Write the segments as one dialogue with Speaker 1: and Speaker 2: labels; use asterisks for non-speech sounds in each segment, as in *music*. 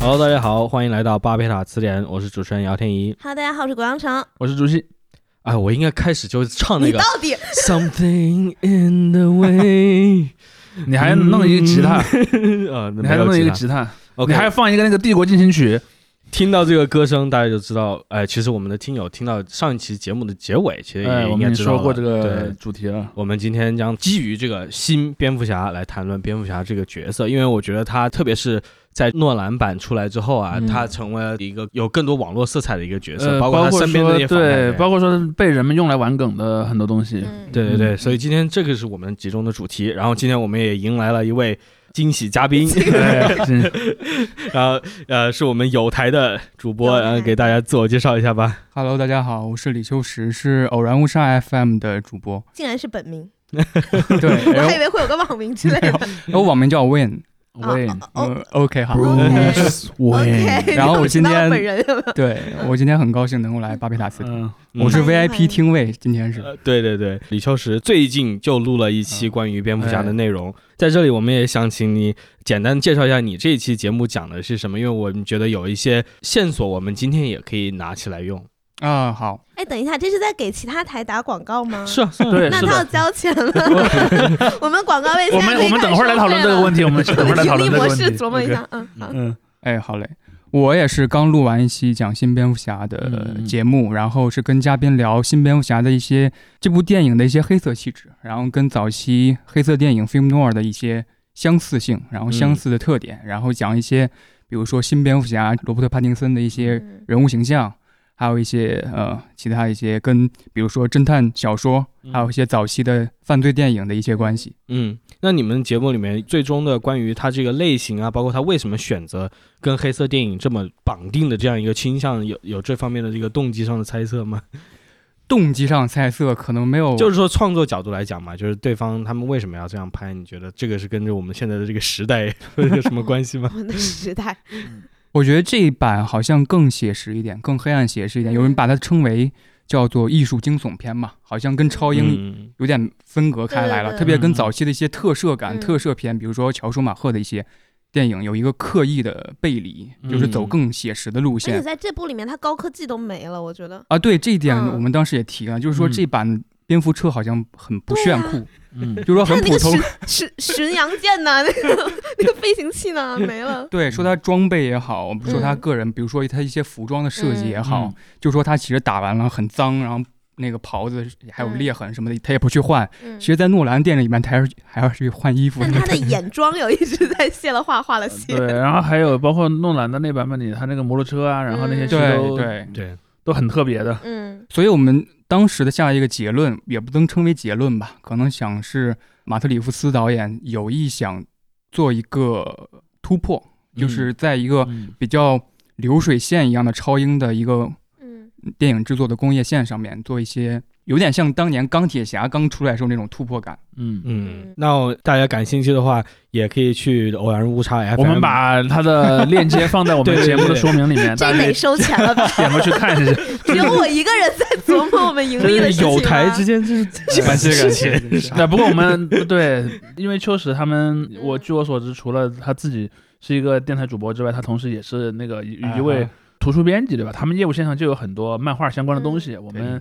Speaker 1: Hello，大家好，欢迎来到巴贝塔词典，我是主持人姚天怡，
Speaker 2: Hello，大家好，我是果阳城。
Speaker 1: 我是主席。哎，我应该开始就唱那
Speaker 2: 你
Speaker 1: 个
Speaker 2: 到底
Speaker 1: *laughs* Something in the
Speaker 3: *laughs*
Speaker 1: way，
Speaker 3: 你还弄一个吉他，
Speaker 1: 呃，
Speaker 3: 嗯你还弄一个
Speaker 1: 吉
Speaker 3: 吉他，
Speaker 1: 他，OK，
Speaker 3: 你还放一个那个帝国进行曲，
Speaker 1: 听到这个歌声，大家就知道，哎，其实我们的听友听到上一期节目的结尾，其实
Speaker 3: 哎，
Speaker 1: 也
Speaker 3: 我
Speaker 1: 应
Speaker 3: 们
Speaker 1: 该
Speaker 3: 已
Speaker 1: 知
Speaker 3: 经
Speaker 1: 道了
Speaker 3: 说过这个
Speaker 1: 对。
Speaker 3: 主题了。
Speaker 1: 我们今天将基于这个新蝙蝠侠来谈论蝙蝠侠这个角色，因为我觉得他特别是在诺兰版出来之后啊，
Speaker 3: 嗯
Speaker 1: 他成为了一个有更多网络色彩的一个角色，
Speaker 3: 呃，
Speaker 1: 包括他身边的那些
Speaker 3: 说
Speaker 1: 反派
Speaker 3: 对，
Speaker 1: 人
Speaker 3: 包括说被人们用来玩梗的很多东西。
Speaker 2: 嗯
Speaker 1: 对对对，
Speaker 3: 嗯
Speaker 1: 所以今天这个是我们集中的主题。然后今天我们也迎来了一位惊喜嘉宾，
Speaker 2: 嗯
Speaker 3: 哎真
Speaker 2: *laughs*
Speaker 1: 然后呃是我们有台的主播，
Speaker 2: 有台
Speaker 1: 然后给大家自我介绍一下吧。
Speaker 4: Hello，大家好，我是李秋实，是偶然误杀 FM 的主播。
Speaker 2: 竟然是本
Speaker 3: *laughs*
Speaker 2: 名，
Speaker 4: 对，
Speaker 2: *laughs* 我
Speaker 4: 然
Speaker 2: 还以
Speaker 4: 后
Speaker 2: 为会有个网名之类的。
Speaker 4: 然哦后网名叫 Win，
Speaker 3: 喂
Speaker 2: 哦
Speaker 4: 嗯，OK，好， *laughs*
Speaker 2: OK
Speaker 3: ，Bruce Wayne，
Speaker 2: OK，
Speaker 4: 然后我今天
Speaker 2: 你都知道本人有没有
Speaker 4: 对我今天很高兴能够来巴贝塔斯，
Speaker 3: 嗯，
Speaker 1: 嗯
Speaker 4: 我是
Speaker 2: 欢迎欢
Speaker 4: VIP
Speaker 2: 迎
Speaker 4: 听位，今天是
Speaker 1: 呃对对对，李秋实最近就录了一期关于蝙蝠侠的内容，在这里我们也想请你简单介绍一下你这一期节目讲的是什么，因为我们觉得有一些线索，我们今天也可以拿起来用。
Speaker 4: 啊，好，
Speaker 2: 哎，等一下，这是在给其他台打广告吗？
Speaker 1: 是啊，是啊
Speaker 3: 对，
Speaker 2: 那
Speaker 3: 是
Speaker 2: 他要
Speaker 3: 的。
Speaker 2: 交钱了。 *laughs* 我们广告位现
Speaker 3: 我
Speaker 2: 在
Speaker 3: 们
Speaker 2: 可以
Speaker 3: 我们
Speaker 2: 开
Speaker 3: 等会儿来讨论这个问题，
Speaker 2: *laughs*
Speaker 3: 我们
Speaker 2: 始
Speaker 3: 等会儿来讨论这
Speaker 2: 我
Speaker 3: 个
Speaker 2: 们
Speaker 3: 问
Speaker 2: 群力
Speaker 3: 题
Speaker 2: 模。式琢磨一
Speaker 3: OK，
Speaker 2: 下，嗯，好。
Speaker 3: 嗯，
Speaker 4: 哎，好嘞，我也是刚录完一期讲新蝙蝠侠的
Speaker 3: 嗯
Speaker 4: 节目，然后是跟嘉宾聊新蝙蝠侠的一些这部电影的一些黑色气质，然后跟早期黑色电影 film noir 的一些相似性，然后相似的特点，然后讲一些比如说新蝙蝠侠罗伯特帕丁森的一些
Speaker 2: 嗯
Speaker 4: 人物形象，还有一些呃其他一些跟比如说侦探小说，还有一些早期的犯罪电影的一些关系。
Speaker 1: 嗯，那你们节目里面最终的关于它这个类型啊，包括它为什么选择跟黑色电影这么绑定的这样一个倾向，有有这方面的这个动机上的猜测吗？
Speaker 4: 动机上猜测可能没有，
Speaker 1: 就是说创作角度来讲嘛，就是对方他们为什么要这样拍？你觉得这个是跟着我们现在的这个时代 *laughs* 有什么关系
Speaker 3: *laughs*
Speaker 1: 吗？
Speaker 2: 我们的时代，
Speaker 3: 啊
Speaker 4: 我觉得这一版好像更写实一点，更黑暗写实一点。
Speaker 2: 嗯
Speaker 4: 有人把它称为叫做艺术惊悚片嘛，好像跟超英
Speaker 1: 嗯
Speaker 4: 有点分隔开来了，
Speaker 2: 对对对
Speaker 4: 特别跟早期的一些特摄感、
Speaker 2: 嗯
Speaker 4: 特摄片，比如说乔舒马赫的一些。电影有一个刻意的背离，就是走
Speaker 1: 嗯
Speaker 4: 更写实的路
Speaker 2: 而
Speaker 4: 线
Speaker 2: 且。在这部里面，他高科技都没了，我觉得。
Speaker 4: 啊，对这一点
Speaker 2: 嗯
Speaker 4: 我们当时也提了，就是说
Speaker 3: 嗯
Speaker 4: 这版蝙蝠车好像很不
Speaker 2: 对
Speaker 4: 炫
Speaker 2: 啊
Speaker 4: 酷，
Speaker 3: 嗯，
Speaker 4: 就是说
Speaker 2: 他
Speaker 4: 很
Speaker 2: 那
Speaker 4: 普
Speaker 2: 个
Speaker 4: 通
Speaker 2: 巡。巡巡洋舰呐，那个那个飞行器
Speaker 3: *laughs*
Speaker 2: 呢，没了。
Speaker 4: 对，说他装备也好，说他
Speaker 2: 嗯
Speaker 4: 个人，比如说他一些服装的设计也好
Speaker 3: 嗯，
Speaker 4: 就说他其实打完了很脏，然后那个袍子还有
Speaker 2: 嗯
Speaker 4: 裂痕什么的，他也不去换。
Speaker 2: 嗯
Speaker 4: 其实，在诺兰电影里面，他还是还要去换衣服
Speaker 2: *laughs* 但
Speaker 4: 的。
Speaker 2: 他的眼妆有一直在卸了画，画了 *laughs* 卸。
Speaker 3: 对，然后还有包括诺兰的那版本里，他那个摩托车啊，然后那些
Speaker 2: 嗯
Speaker 3: 其实
Speaker 4: 对
Speaker 3: 都
Speaker 4: 对，
Speaker 1: 对，
Speaker 3: 都很特别的。
Speaker 2: 嗯，
Speaker 4: 所以我们当时的下一个结论，也不能称为结论吧，可能想是马特里夫斯导演有意想做一个突破，就是在一个
Speaker 3: 嗯
Speaker 4: 比较流水线一样的超英的一个
Speaker 2: 嗯
Speaker 4: 电影制作的工业线上面做一些，有点像当年钢铁侠刚出来的时候那种突
Speaker 3: *laughs*
Speaker 4: 破感。
Speaker 3: 嗯，
Speaker 1: 嗯
Speaker 2: 嗯，
Speaker 1: 那大家感兴趣的话，也可以去偶然误差 FM。
Speaker 3: 我们把它的链接放在
Speaker 1: *laughs*
Speaker 3: 我
Speaker 1: 对
Speaker 3: 们
Speaker 1: 对对
Speaker 3: 节目的说明里面，
Speaker 2: 这
Speaker 3: 大家可
Speaker 2: 得
Speaker 3: 以
Speaker 2: 收钱了吧？
Speaker 3: 点过去看一下。
Speaker 2: *laughs* 只有我一个人在琢磨我们盈利
Speaker 1: *laughs* 这
Speaker 2: 的事
Speaker 1: 是
Speaker 2: 情、啊。
Speaker 1: 有台之间，这
Speaker 3: *laughs*
Speaker 1: 是 *laughs*
Speaker 3: 感谢感
Speaker 1: 谢
Speaker 3: *laughs* 对，不过我们对，因为秋实他们，我据我所知，除了他自己是一个电台主播之外，他同时也是那个一一位图书编辑，对吧？他们业务线上就有很多漫画相关的东西，我们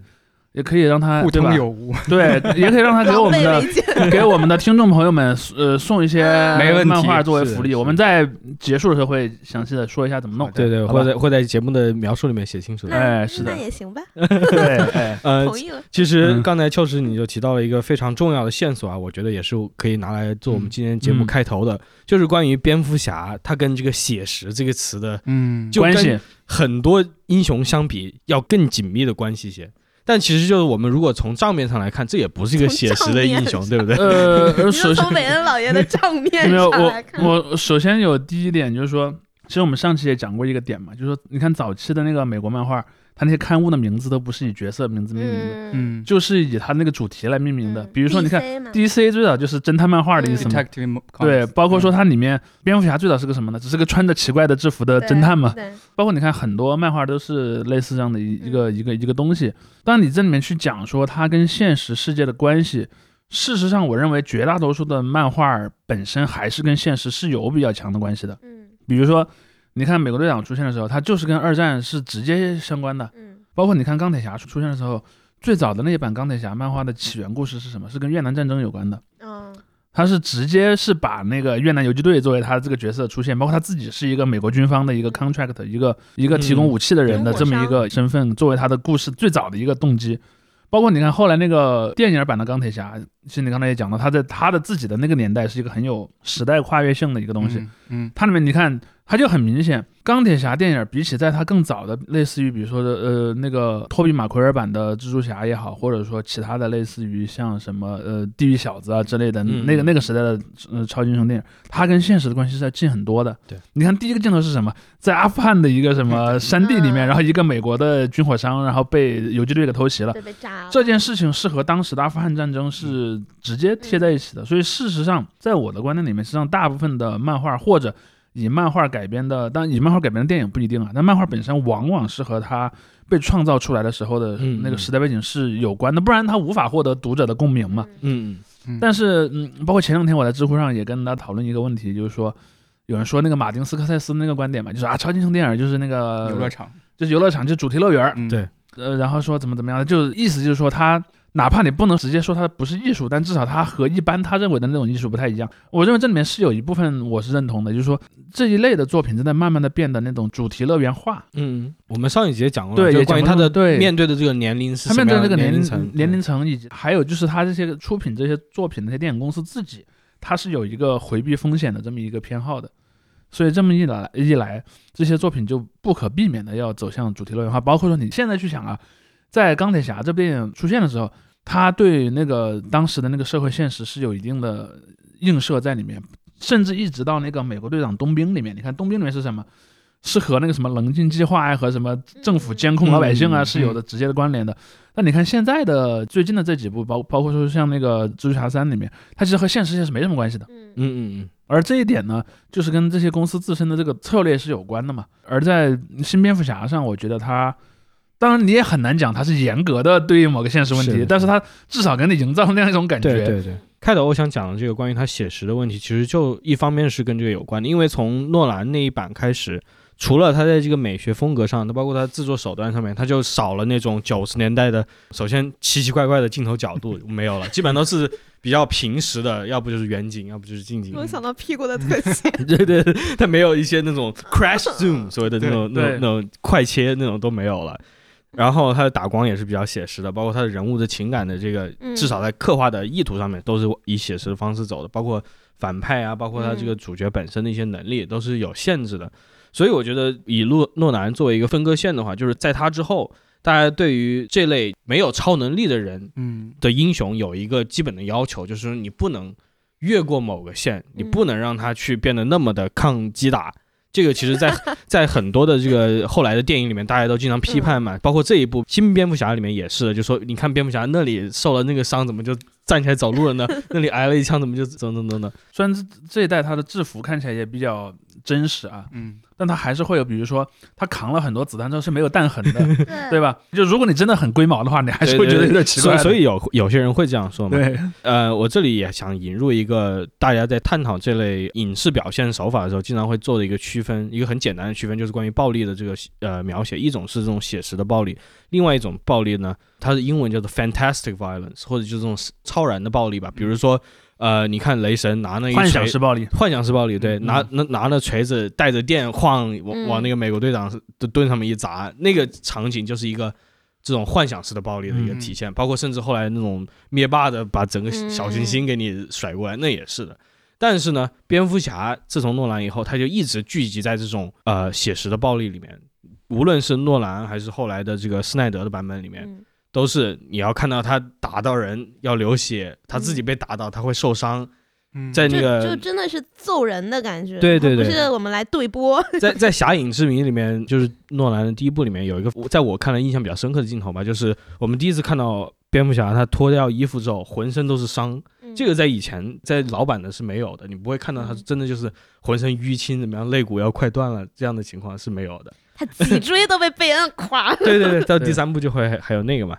Speaker 3: 也可以让他
Speaker 4: 互
Speaker 3: 对
Speaker 4: 通
Speaker 3: 吧？
Speaker 4: 有无，
Speaker 3: 对，也可以让他给
Speaker 2: *laughs*
Speaker 3: 我们
Speaker 2: 狼狈
Speaker 3: 的
Speaker 2: 为奸
Speaker 3: 给我们的听众朋友们呃送一些
Speaker 4: 没问题
Speaker 3: 漫画作为福
Speaker 1: 是
Speaker 3: 利。
Speaker 1: 是
Speaker 3: 我们在结束的时候会详细的说一下怎么弄。
Speaker 1: 对对，
Speaker 3: 好
Speaker 1: 会
Speaker 3: 吧
Speaker 1: 在会在节目的描述里面写清楚的。
Speaker 2: 那
Speaker 3: 哎是的
Speaker 2: 那也行吧，
Speaker 3: 对，哎，
Speaker 1: 呃，
Speaker 2: 同意了。
Speaker 1: 其实
Speaker 3: 嗯
Speaker 1: 刚才秋实你就提到了一个非常重要的线索啊，我觉得也是可以拿来做我们今天节目
Speaker 3: 嗯
Speaker 1: 开头的，就是关于蝙蝠侠他跟这个写实这个词的
Speaker 4: 嗯，
Speaker 1: 就
Speaker 3: *laughs* 关
Speaker 1: 跟
Speaker 3: 系，
Speaker 1: 很多英雄相比要更紧密的关系一些。但其实就是我们如果从账面上来看，这也不是一个写实的英雄，对不
Speaker 3: *laughs*
Speaker 1: 对？
Speaker 3: 呃，呃
Speaker 2: 你
Speaker 3: 首
Speaker 2: 是
Speaker 3: 先
Speaker 2: 从韦恩老爷 *laughs* 的账面
Speaker 3: *laughs* 没有，
Speaker 2: 上
Speaker 3: 我
Speaker 2: 来看，
Speaker 3: 我首先有第一点就是说，其实我们上期也讲过一个点嘛，就是说，你看早期的那个美国漫画，它那些刊物的名字都不是以角色名字命名的，
Speaker 2: 嗯，
Speaker 4: 嗯
Speaker 3: 就是以它那个主题来命名的。
Speaker 2: 嗯
Speaker 3: 比如说，你看
Speaker 2: DC 嘛
Speaker 3: DC 最早就是侦探漫画的意思嘛，
Speaker 4: 嗯，detective Comics
Speaker 3: 嗯
Speaker 4: 嗯
Speaker 3: 对，包括说它里面蝙蝠侠最早是个什么呢？只是个穿着奇怪的制服的
Speaker 2: 对
Speaker 3: 侦探嘛。
Speaker 2: 对
Speaker 3: 包括你看很多漫画都是类似这样的一一个一个一个东西。当你这里面去讲说它跟现实世界的关系，事实上我认为绝大多数的漫画本身还是跟现实是有比较强的关系的。
Speaker 2: 嗯
Speaker 3: 比如说你看美国队长出现的时候，它就是跟二战是直接相关的。
Speaker 2: 嗯
Speaker 3: 包括你看钢铁侠出现的时候，最早的那一版钢铁侠漫画的起源故事是什么？是跟越南战争有关的。
Speaker 2: 嗯
Speaker 3: 他是直接是把那个越南游击队作为他这个角色出现，包括他自己是一个美国军方的一个 contract，一个一个提供武器的人的
Speaker 2: 嗯
Speaker 3: 这么一个身份，作为他的故事最早的一个动机。包括你看后来那个电影版的钢铁侠，其实你刚才也讲到，他在他的自己的那个年代是一个很有时代跨越性的一个东西。
Speaker 4: 嗯，
Speaker 3: 它里面你看，它就很明显，钢铁侠电影比起在它更早的，类似于比如说的呃那个托比马奎尔版的蜘蛛侠也好，或者说其他的类似于像什么呃地狱小子啊之类的、
Speaker 1: 嗯
Speaker 3: 那个那个时代的呃超级英雄电影，它跟现实的关系是要近很多的。
Speaker 1: 对，
Speaker 3: 你看第一个镜头是什么？在阿富汗的一个什么山地里
Speaker 2: 嗯
Speaker 3: 面， *laughs* 然后一个美国的军火商，然后被游击队给偷袭了。
Speaker 2: 对，被炸了。
Speaker 3: 这件事情是和当时的阿富汗战争是直接贴在一起的，所以事实上，在我的观念里面，实际上大部分的漫画或者以漫画改编的，当然以漫画改编的电影不一定啊，但漫画本身往往是和它被创造出来的时候的
Speaker 1: 嗯
Speaker 3: 那个时代背景是有关的，不然它无法获得读者的共鸣嘛。
Speaker 2: 嗯
Speaker 1: 嗯
Speaker 3: 但是，嗯，包括前两天我在知乎上也跟大家讨论一个问题，就是说。有人说那个马丁斯科塞斯那个观点嘛，就是啊，超级英雄电影就是那个
Speaker 4: 游乐，场，
Speaker 3: 就是游乐场，就是主题乐园，
Speaker 4: 嗯
Speaker 1: 对
Speaker 3: 呃，然后说怎么怎么样，就是意思就是说他。哪怕你不能直接说它不是艺术，但至少它和一般他认为的那种艺术不太一样。我认为这里面是有一部分我是认同的，就是说这一类的作品正在慢慢的变得那种主题乐园化。
Speaker 1: 嗯，我们上一节讲过了，
Speaker 3: 对
Speaker 1: 就
Speaker 3: 也
Speaker 1: 关于
Speaker 3: 讲
Speaker 1: 他
Speaker 3: 过
Speaker 1: 的
Speaker 3: 对
Speaker 1: 面对的这个年龄是
Speaker 3: 他
Speaker 1: 什
Speaker 3: 面
Speaker 1: 么
Speaker 3: 对
Speaker 1: 样
Speaker 3: 这
Speaker 1: 的
Speaker 3: 个
Speaker 1: 年
Speaker 3: 龄
Speaker 1: 层，
Speaker 3: 年龄层以及还有就是他这些出品这些作品的那些电影公司自己，它是有一个回避风险的这么一个偏好的，所以这么一来一来，这些作品就不可避免的要走向主题乐园化。包括说你现在去想啊，在钢铁侠这部电影出现的时候，他对那个当时的那个社会现实是有一定的映射在里面，甚至一直到那个美国队长冬兵里面，你看冬兵里面是什么？是和那个什么棱镜计划呀、和什么政府监控老百姓啊、
Speaker 1: 嗯
Speaker 3: 是有的直接的关联的。那你看现在的最近的这几部，包包括说像那个《蜘蛛侠三》里面，它其实和现实世界是没什么关系的。
Speaker 2: 嗯嗯
Speaker 1: 嗯嗯
Speaker 3: 而这一点呢，就是跟这些公司自身的这个策略是有关的嘛。而在新蝙蝠侠上，我觉得它，当然你也很难讲它是严格的对应某个现实问题，
Speaker 1: 是的
Speaker 3: 但是它至少给你营造了那样一种感
Speaker 1: 嗯，
Speaker 3: 觉。
Speaker 1: 对对对。开头我想讲的这个关于他写实的问题，其实就一方面是跟这个有关的，因为从诺兰那一版开始，除了他在这个美学风格上，他包括他制作手段上面，他就少了那种九十年代的，首先奇奇怪怪的镜头角度没有了，基本都是比较平实的，要不就是远景，要不就是近景。
Speaker 2: 我想到屁股的特写，
Speaker 1: 对对，对，它没有一些那
Speaker 3: *laughs*
Speaker 1: 种 crash zoom 所谓的那种那种
Speaker 3: 对
Speaker 1: 那种快切那种都没有了。然后它的打光也是比较写实的，包括它的人物的情感的这个，
Speaker 2: 嗯
Speaker 1: 至少在刻画的意图上面都是以写实的方式走的，包括反派啊，包括他这个主角本身的一些能力都是有限制的。所以我觉得以诺诺兰作为一个分割线的话，就是在他之后，大家对于这类没有超能力的人
Speaker 4: 嗯
Speaker 1: 的英雄有一个基本的要求，就是你不能越过某个线，你不能让他去变得那么的抗击打。这个其实
Speaker 3: *laughs*
Speaker 1: 在，在很多的这个后来的电影里面，大家都经常批判
Speaker 3: 嗯
Speaker 1: 嘛，包括这一部《新蝙蝠侠》里面也是的，就说你看蝙蝠侠那里受了那个伤，怎么就站起来走路了呢？
Speaker 3: *laughs*
Speaker 1: 那里挨了一枪，怎么就怎么怎么怎么的？
Speaker 3: 虽然这这一代它的制服看起来也比较真实啊，
Speaker 4: 嗯，
Speaker 3: 但它还是会有，比如说它扛了很多子弹之后是没有弹痕的，对
Speaker 2: *laughs* 吧？
Speaker 3: 吧？就如果你真的很龟毛的话，你还是会
Speaker 1: 对对
Speaker 3: 觉得有
Speaker 1: 对
Speaker 3: 点奇怪的
Speaker 1: 所以所以有有些人会这样说嘛，
Speaker 3: 对，
Speaker 1: 呃，我这里也想引入一个大家在探讨这类影视表现手法的时候，经常会做的一个区分，一个很简单的区分，就是关于暴力的这个呃描写，一种是这种写实的暴力，另外一种暴力呢，它的英文叫做 fantastic violence，或者就是这种超然的暴力吧，比如说。呃，你看雷神拿那一
Speaker 3: 幻
Speaker 1: 锤
Speaker 3: 想式暴力，
Speaker 1: 幻想式暴力，对，
Speaker 3: 嗯
Speaker 1: 拿拿拿着锤子带着电晃往
Speaker 2: 嗯
Speaker 1: 往那个美国队长的盾上面一砸，那个场景就是一个这种幻想式的暴力的一个
Speaker 3: 嗯
Speaker 1: 体现，包括甚至后来那种灭霸的把整个
Speaker 2: 嗯
Speaker 1: 小行星给你甩过来，那也是的。但是呢，蝙蝠侠自从诺兰以后，他就一直聚集在这种呃写实的暴力里面，无论是诺兰还是后来的这个施耐德的版本里面，
Speaker 2: 嗯
Speaker 1: 都是你要看到他打到人要流血，他自己被打到他会受伤，
Speaker 4: 嗯
Speaker 1: 在那
Speaker 2: 嗯就
Speaker 1: 个
Speaker 2: 就真的是揍人的感觉，
Speaker 1: 对对
Speaker 2: 它不
Speaker 1: 对
Speaker 2: 是我们来对波，
Speaker 1: *laughs* 在在《侠影之谜》里面，就是诺兰的第一部里面有一个，我在我看来印象比较深刻的镜头吧，就是我们第一次看到蝙蝠侠他脱掉衣服之后，浑身都是伤，
Speaker 2: 嗯
Speaker 1: 这个在以前在老版的是没有的，你不会看到他
Speaker 2: 嗯
Speaker 1: 真的就是浑身淤青怎么样，肋骨要快断了这样的情况是没有的。
Speaker 2: 他脊椎都被贝恩垮
Speaker 4: *laughs*
Speaker 2: 了，
Speaker 1: 对对对，到第
Speaker 3: 对
Speaker 1: 三部就会还还有那个嘛，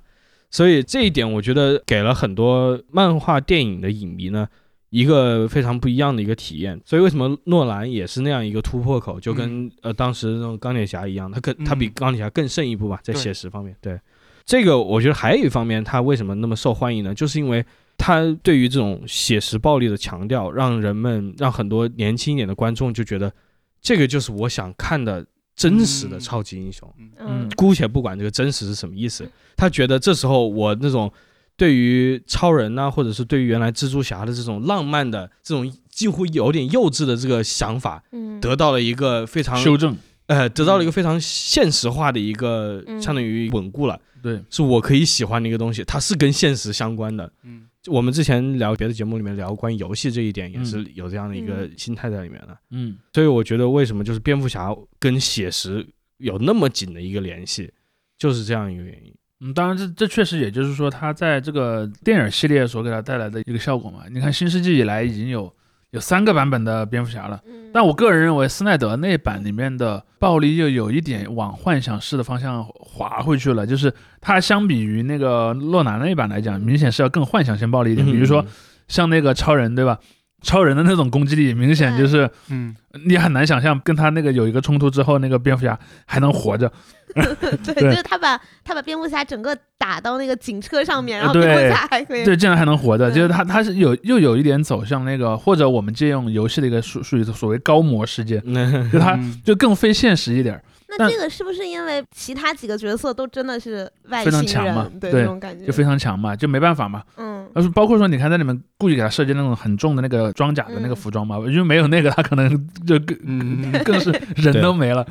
Speaker 1: 所以这一点我觉得给了很多漫画电影的影迷呢一个非常不一样的一个体验。所以为什么诺兰也是那样一个突破口，就跟、呃当时那种钢铁侠一样，他更他比
Speaker 4: 嗯
Speaker 1: 钢铁侠更胜一步吧，在
Speaker 4: 对
Speaker 1: 写实方面。对，这个我觉得还有一方面，他为什么那么受欢迎呢？就是因为他对于这种写实暴力的强调，让人们让很多年轻一点的观众就觉得，这个就是我想看的真实的
Speaker 4: 嗯
Speaker 1: 超级英雄。
Speaker 3: 嗯
Speaker 2: 嗯
Speaker 1: 姑且不管这个真实是什么意思，他觉得这时候我那种对于超人呐、或者是对于原来蜘蛛侠的这种浪漫的、这种几乎有点幼稚的这个想法，
Speaker 2: 嗯，
Speaker 1: 得到了一个非常
Speaker 3: 修正，
Speaker 1: 呃，得到了一个非常现实化的一个，
Speaker 2: 嗯
Speaker 1: 相当于稳固了，
Speaker 3: 对，
Speaker 1: 是我可以喜欢的一个东西，它是跟现实相关的。
Speaker 4: 嗯
Speaker 1: 我们之前聊别的节目里面聊关于游戏这一点，也是有这样的一个心态在里面的。
Speaker 3: 嗯
Speaker 1: 所以我觉得为什么就是蝙蝠侠跟写实有那么紧的一个联系，就是这样一个原因。
Speaker 3: 嗯，当然这这确实也就是说他在这个电影系列所给他带来的一个效果嘛。你看新世纪以来已经有有三个版本的蝙蝠侠了。
Speaker 2: 嗯， *laughs*
Speaker 3: 但我个人认为，斯奈德那版里面的暴力又有一点往幻想式的方向滑回去了，就是它相比于那个洛南那一版来讲，明显是要更幻想性暴
Speaker 1: 嗯
Speaker 3: 力一点。比如说像那个超人，对吧？超人的那种攻击力，明显就是
Speaker 4: 嗯，
Speaker 3: 你很难想象跟他那个有一个冲突之后，那个蝙蝠侠还能活着。
Speaker 2: 对，
Speaker 3: 对
Speaker 2: 就是他把他把蝙蝠侠整个打到那个警车上面，
Speaker 3: 呃
Speaker 2: 然后蝙
Speaker 3: 对
Speaker 2: 蝠侠还可以，
Speaker 3: 对，竟然还能活着，
Speaker 2: 对
Speaker 3: 就是他他是有又有一点走向那个，或者我们借用游戏的一个术术语，所谓高模
Speaker 1: *laughs*
Speaker 3: 世界，
Speaker 1: 嗯，
Speaker 3: 就他
Speaker 4: 嗯
Speaker 3: 就更非现实一点儿，但
Speaker 2: 那这个是不是因为其他几个角色都真的是外
Speaker 3: 非常
Speaker 2: 星
Speaker 3: 强嘛
Speaker 2: 人？对，
Speaker 3: 对
Speaker 2: 那种感觉
Speaker 3: 就，非常强嘛，就没办法嘛。
Speaker 2: 嗯
Speaker 3: 但是包括说，你看在里面故意给他设计那种很重的那个装甲的那个
Speaker 2: 嗯
Speaker 3: 服装嘛，因为没有那个，他可能就更、
Speaker 4: 嗯
Speaker 3: *laughs* 更是人都没了。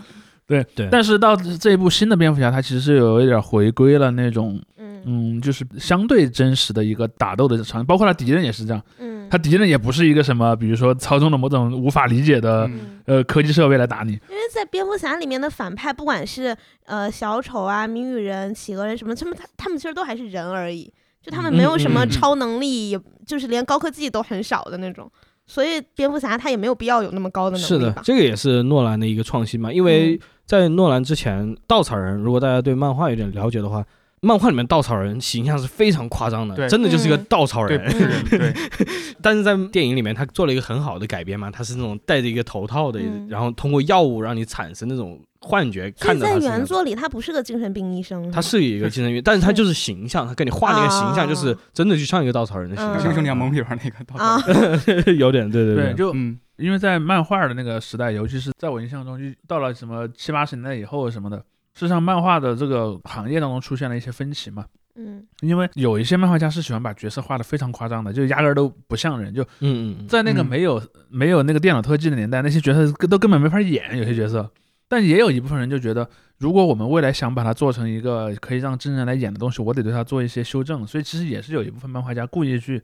Speaker 3: 对
Speaker 1: 对
Speaker 3: 但是到这一部新的蝙蝠侠，他其实是有一点回归了那种，
Speaker 2: 嗯
Speaker 3: 嗯，就是相对真实的一个打斗的场景，包括他敌人也是这样，
Speaker 2: 嗯，
Speaker 3: 他敌人也不是一个什么，比如说操纵了某种无法理解的、
Speaker 2: 嗯
Speaker 3: 呃科技设备来打你，
Speaker 2: 因为在蝙蝠侠里面的反派，不管是呃小丑啊、谜语人、企鹅人什么，他们他他们其实都还是人而已，就他们没有什
Speaker 1: 嗯嗯
Speaker 2: 么
Speaker 1: 嗯嗯
Speaker 2: 超能力，也就是连高科技都很少的那种，所以蝙蝠侠他也没有必要有那么高的
Speaker 1: 是
Speaker 2: 能力
Speaker 1: 的
Speaker 2: 吧，？
Speaker 1: 这个也是诺兰的一个创新嘛。因为
Speaker 2: 嗯
Speaker 1: 在诺兰之前，稻草人，如果大家对漫画有点了解的话，漫画里面稻草人形象是非常夸张的，
Speaker 4: 对
Speaker 1: 真的就是一个
Speaker 2: 嗯
Speaker 1: 稻草
Speaker 4: 对，
Speaker 1: 人。
Speaker 4: 不是人，对，
Speaker 1: 但是在电影里面，他做了一个很好的改编嘛，他是那种戴着一个头套的，
Speaker 2: 嗯
Speaker 1: 然后通过药物让你产生那种幻觉，
Speaker 2: 所
Speaker 1: 看
Speaker 2: 以
Speaker 1: 着他
Speaker 2: 在
Speaker 1: 是那
Speaker 2: 原
Speaker 1: 样
Speaker 2: 作里，他不是个精神病医生，
Speaker 1: 他是一个精神病，但是他就是形象，他给你画那个形象，
Speaker 2: 嗯啊
Speaker 1: 就是真的就像一个稻草人的形
Speaker 2: 嗯
Speaker 4: 就
Speaker 1: 象，
Speaker 4: 剩两蒙里边那个到
Speaker 2: 啊
Speaker 1: *laughs*
Speaker 4: 头，
Speaker 1: 有点对对对，
Speaker 3: 就
Speaker 4: 嗯
Speaker 3: 因为在漫画的那个时代，尤其是在我印象中，就到了什么七八十年代以后什么的，事实上漫画的这个行业当中出现了一些分歧嘛。
Speaker 2: *laughs* 嗯
Speaker 3: 因为有一些漫画家是喜欢把角色画的非常夸张的，就压根儿都不像人。就
Speaker 1: 嗯嗯嗯，
Speaker 3: 在那个
Speaker 4: 嗯
Speaker 3: 没有、没有那个电脑特技的年代，那些角色根都根本没法演，有些角色。但也有一部分人就觉得，如果我们未来想把它做成一个可以让真人来演的东西，我得对它做一些修正。所以其实也是有一部分漫画家故意去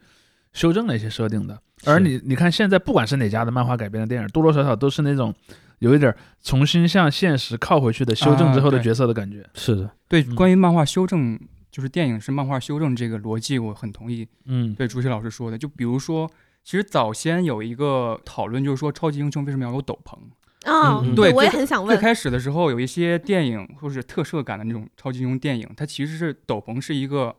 Speaker 3: 修正了一些设定的。
Speaker 1: 是
Speaker 3: 而你你看，现在不管是哪家的漫画改编的电影，多多少少都是那种有一点儿重新向现实靠回去的修正之后的
Speaker 4: 啊对
Speaker 3: 角色的感觉。
Speaker 1: 是的，
Speaker 4: 对，
Speaker 3: 嗯
Speaker 4: 关于漫画修正，就是电影是漫画修正这个逻辑，我很同意。
Speaker 3: 嗯，
Speaker 4: 对朱熹老师说的，就比如说，其实早先有一个讨论，就是说超级英雄为什么要有斗篷？
Speaker 2: 啊
Speaker 1: 嗯嗯，
Speaker 4: 对
Speaker 2: 我也
Speaker 4: 最
Speaker 2: 很想
Speaker 4: 最
Speaker 2: 问，
Speaker 4: 开始的时候，有一些电影或者是特摄感的那种超级英雄电影，它其实是斗篷是一个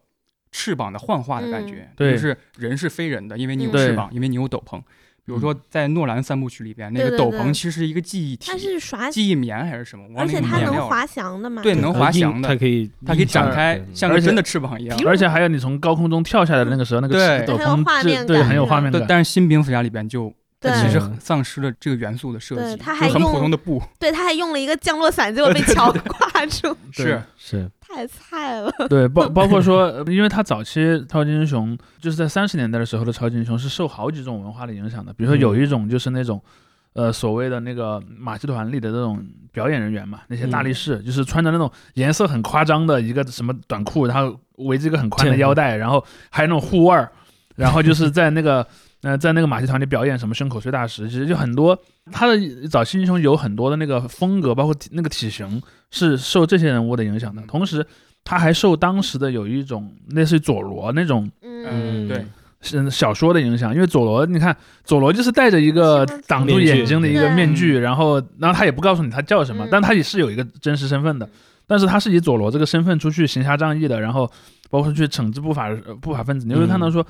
Speaker 4: 翅膀的幻化的感觉，
Speaker 3: 对
Speaker 4: 就是人是非人的，因为你有
Speaker 2: 嗯
Speaker 4: 翅
Speaker 3: 对嗯
Speaker 4: 膀，因为你有斗篷。比如说在诺兰三部曲里边，那个
Speaker 2: 对对
Speaker 4: 斗
Speaker 2: 对
Speaker 4: 篷其实是一个记忆体
Speaker 2: 他，是耍，
Speaker 4: 记忆棉还是什么？
Speaker 2: 而且他
Speaker 4: 它
Speaker 2: 能滑翔的嘛？
Speaker 4: 啊对能滑翔的
Speaker 1: 它可以
Speaker 4: 它可以展开
Speaker 1: 嗯
Speaker 4: 像个真的翅膀一样。
Speaker 3: 而且还有你从高空中跳下来的那个时候，那个
Speaker 4: 对
Speaker 3: 斗
Speaker 2: 很有
Speaker 3: 篷
Speaker 2: 画
Speaker 3: 是
Speaker 2: 面
Speaker 3: 对
Speaker 2: 感
Speaker 3: 很有画面
Speaker 4: 对
Speaker 3: 感，。
Speaker 4: 但是新蝙蝠侠里边就
Speaker 2: 对
Speaker 4: 它其实
Speaker 1: 嗯
Speaker 4: 很丧失了这个元素的设
Speaker 2: 对
Speaker 4: 计，
Speaker 2: 它
Speaker 4: 就
Speaker 2: 还
Speaker 4: 很普
Speaker 2: 用
Speaker 4: 通的布，
Speaker 2: 对，他还用了一个降落伞，结果被桥挂住，
Speaker 3: 对
Speaker 4: 是
Speaker 1: 是
Speaker 2: 太菜 *laughs* 了。
Speaker 1: *laughs*
Speaker 3: 对，包包括说，呃因为他早期超级英雄就是在三十年代的时候的超级英雄是受好几种文化的影响的，比如说
Speaker 1: 嗯
Speaker 3: 有一种就是那种，呃，所谓的那个马戏团里的这种表演人员嘛，那些大力
Speaker 1: 嗯
Speaker 3: 士、就是穿着那种颜色很夸张的一个什么短裤，然后围着一个很宽的
Speaker 1: 对
Speaker 3: 腰带，然后还有那种护腕儿，然后就是在那个呃在那个马戏团里表演什么胸口碎大石，其实就很多他的早期英雄有很多的那个风格，包括体那个体型是受这些人物的影
Speaker 2: 嗯
Speaker 3: 响的，同时。他还受当时的有一种类似于佐罗那种
Speaker 1: 嗯
Speaker 4: 对，
Speaker 3: 嗯小说的影响，因为佐罗，你看佐罗就是戴着一个
Speaker 2: 是吗
Speaker 3: 挡住
Speaker 1: 面具
Speaker 3: 眼睛的一个
Speaker 2: 对
Speaker 3: 面具，然后然后他也不告诉你他叫什么，
Speaker 2: 嗯
Speaker 3: 但他也是有一个真实身份的，但是他是以佐
Speaker 2: 嗯
Speaker 3: 罗这个身份出去行侠仗义的，然后包括去惩治不法呃不法分子，你会看到说。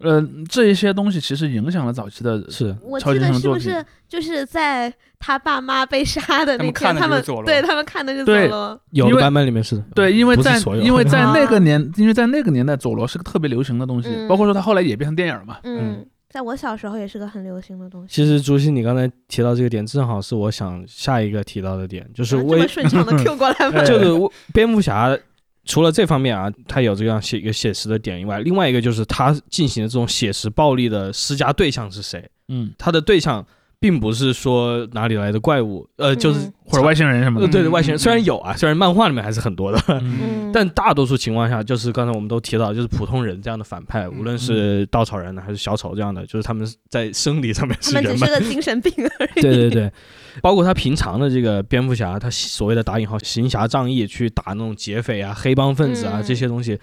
Speaker 3: 呃，这一些东西其实影响了早期的
Speaker 1: 是
Speaker 2: 我
Speaker 3: 超
Speaker 2: 记
Speaker 3: 级英
Speaker 2: 得
Speaker 3: 雄
Speaker 2: 是
Speaker 3: 作
Speaker 2: 不
Speaker 3: 品
Speaker 2: 是就是在他爸妈被杀的
Speaker 4: 他
Speaker 2: 那
Speaker 4: 们看
Speaker 2: 天，他
Speaker 4: 的就是
Speaker 2: 们
Speaker 4: 佐罗
Speaker 2: 对他们看的是佐
Speaker 3: 对
Speaker 2: 罗，
Speaker 1: 有
Speaker 3: 因
Speaker 1: 的
Speaker 3: 为
Speaker 1: 版本里面是的，
Speaker 3: 对，因为
Speaker 1: 不是
Speaker 3: 在
Speaker 1: 所有
Speaker 3: 因为在那个
Speaker 2: 啊
Speaker 3: 年，因为在那个年代，佐罗是个特别流行的东西，
Speaker 2: 嗯
Speaker 3: 包括说它后来也变成电影了嘛。
Speaker 2: 嗯，在我小时候也是个很流行的东西。
Speaker 1: 其实朱熹，你刚才提到这个点，正好是我想下一个提到的点，就是
Speaker 2: 啊这
Speaker 1: 为
Speaker 2: 么顺畅的 Q 过来吗？
Speaker 3: 哎
Speaker 1: *laughs* 就是为蝙蝠侠除了这方面啊，他有这样写一个写实的点以外，另外一个就是他进行的这种写实暴力的施加对象是谁？
Speaker 3: 嗯，
Speaker 1: 他的对象并不是说哪里来的怪物，呃，就是
Speaker 2: 嗯
Speaker 3: 或者外星人什么
Speaker 1: 呃
Speaker 3: 的。
Speaker 1: 对对外星
Speaker 4: 嗯
Speaker 1: 人，
Speaker 4: 嗯
Speaker 1: 虽然有啊，虽然漫画里面还是很多的，
Speaker 2: 嗯，
Speaker 1: *laughs* 但大多数情况下，就是刚才我们都提到，就是普通人这样的反派，
Speaker 4: 嗯
Speaker 1: 无论是稻草人呢还是小丑这样的，就是他们在生理上面
Speaker 2: 他
Speaker 1: 是
Speaker 2: 们只
Speaker 1: 人
Speaker 2: 是
Speaker 1: 嘛。
Speaker 2: 个精神病而已。
Speaker 1: 对对对，包括他平常的这个蝙蝠侠，他所谓的打引号行侠仗义去打那种劫匪啊、黑帮分子啊、
Speaker 2: 嗯
Speaker 1: 这些东西，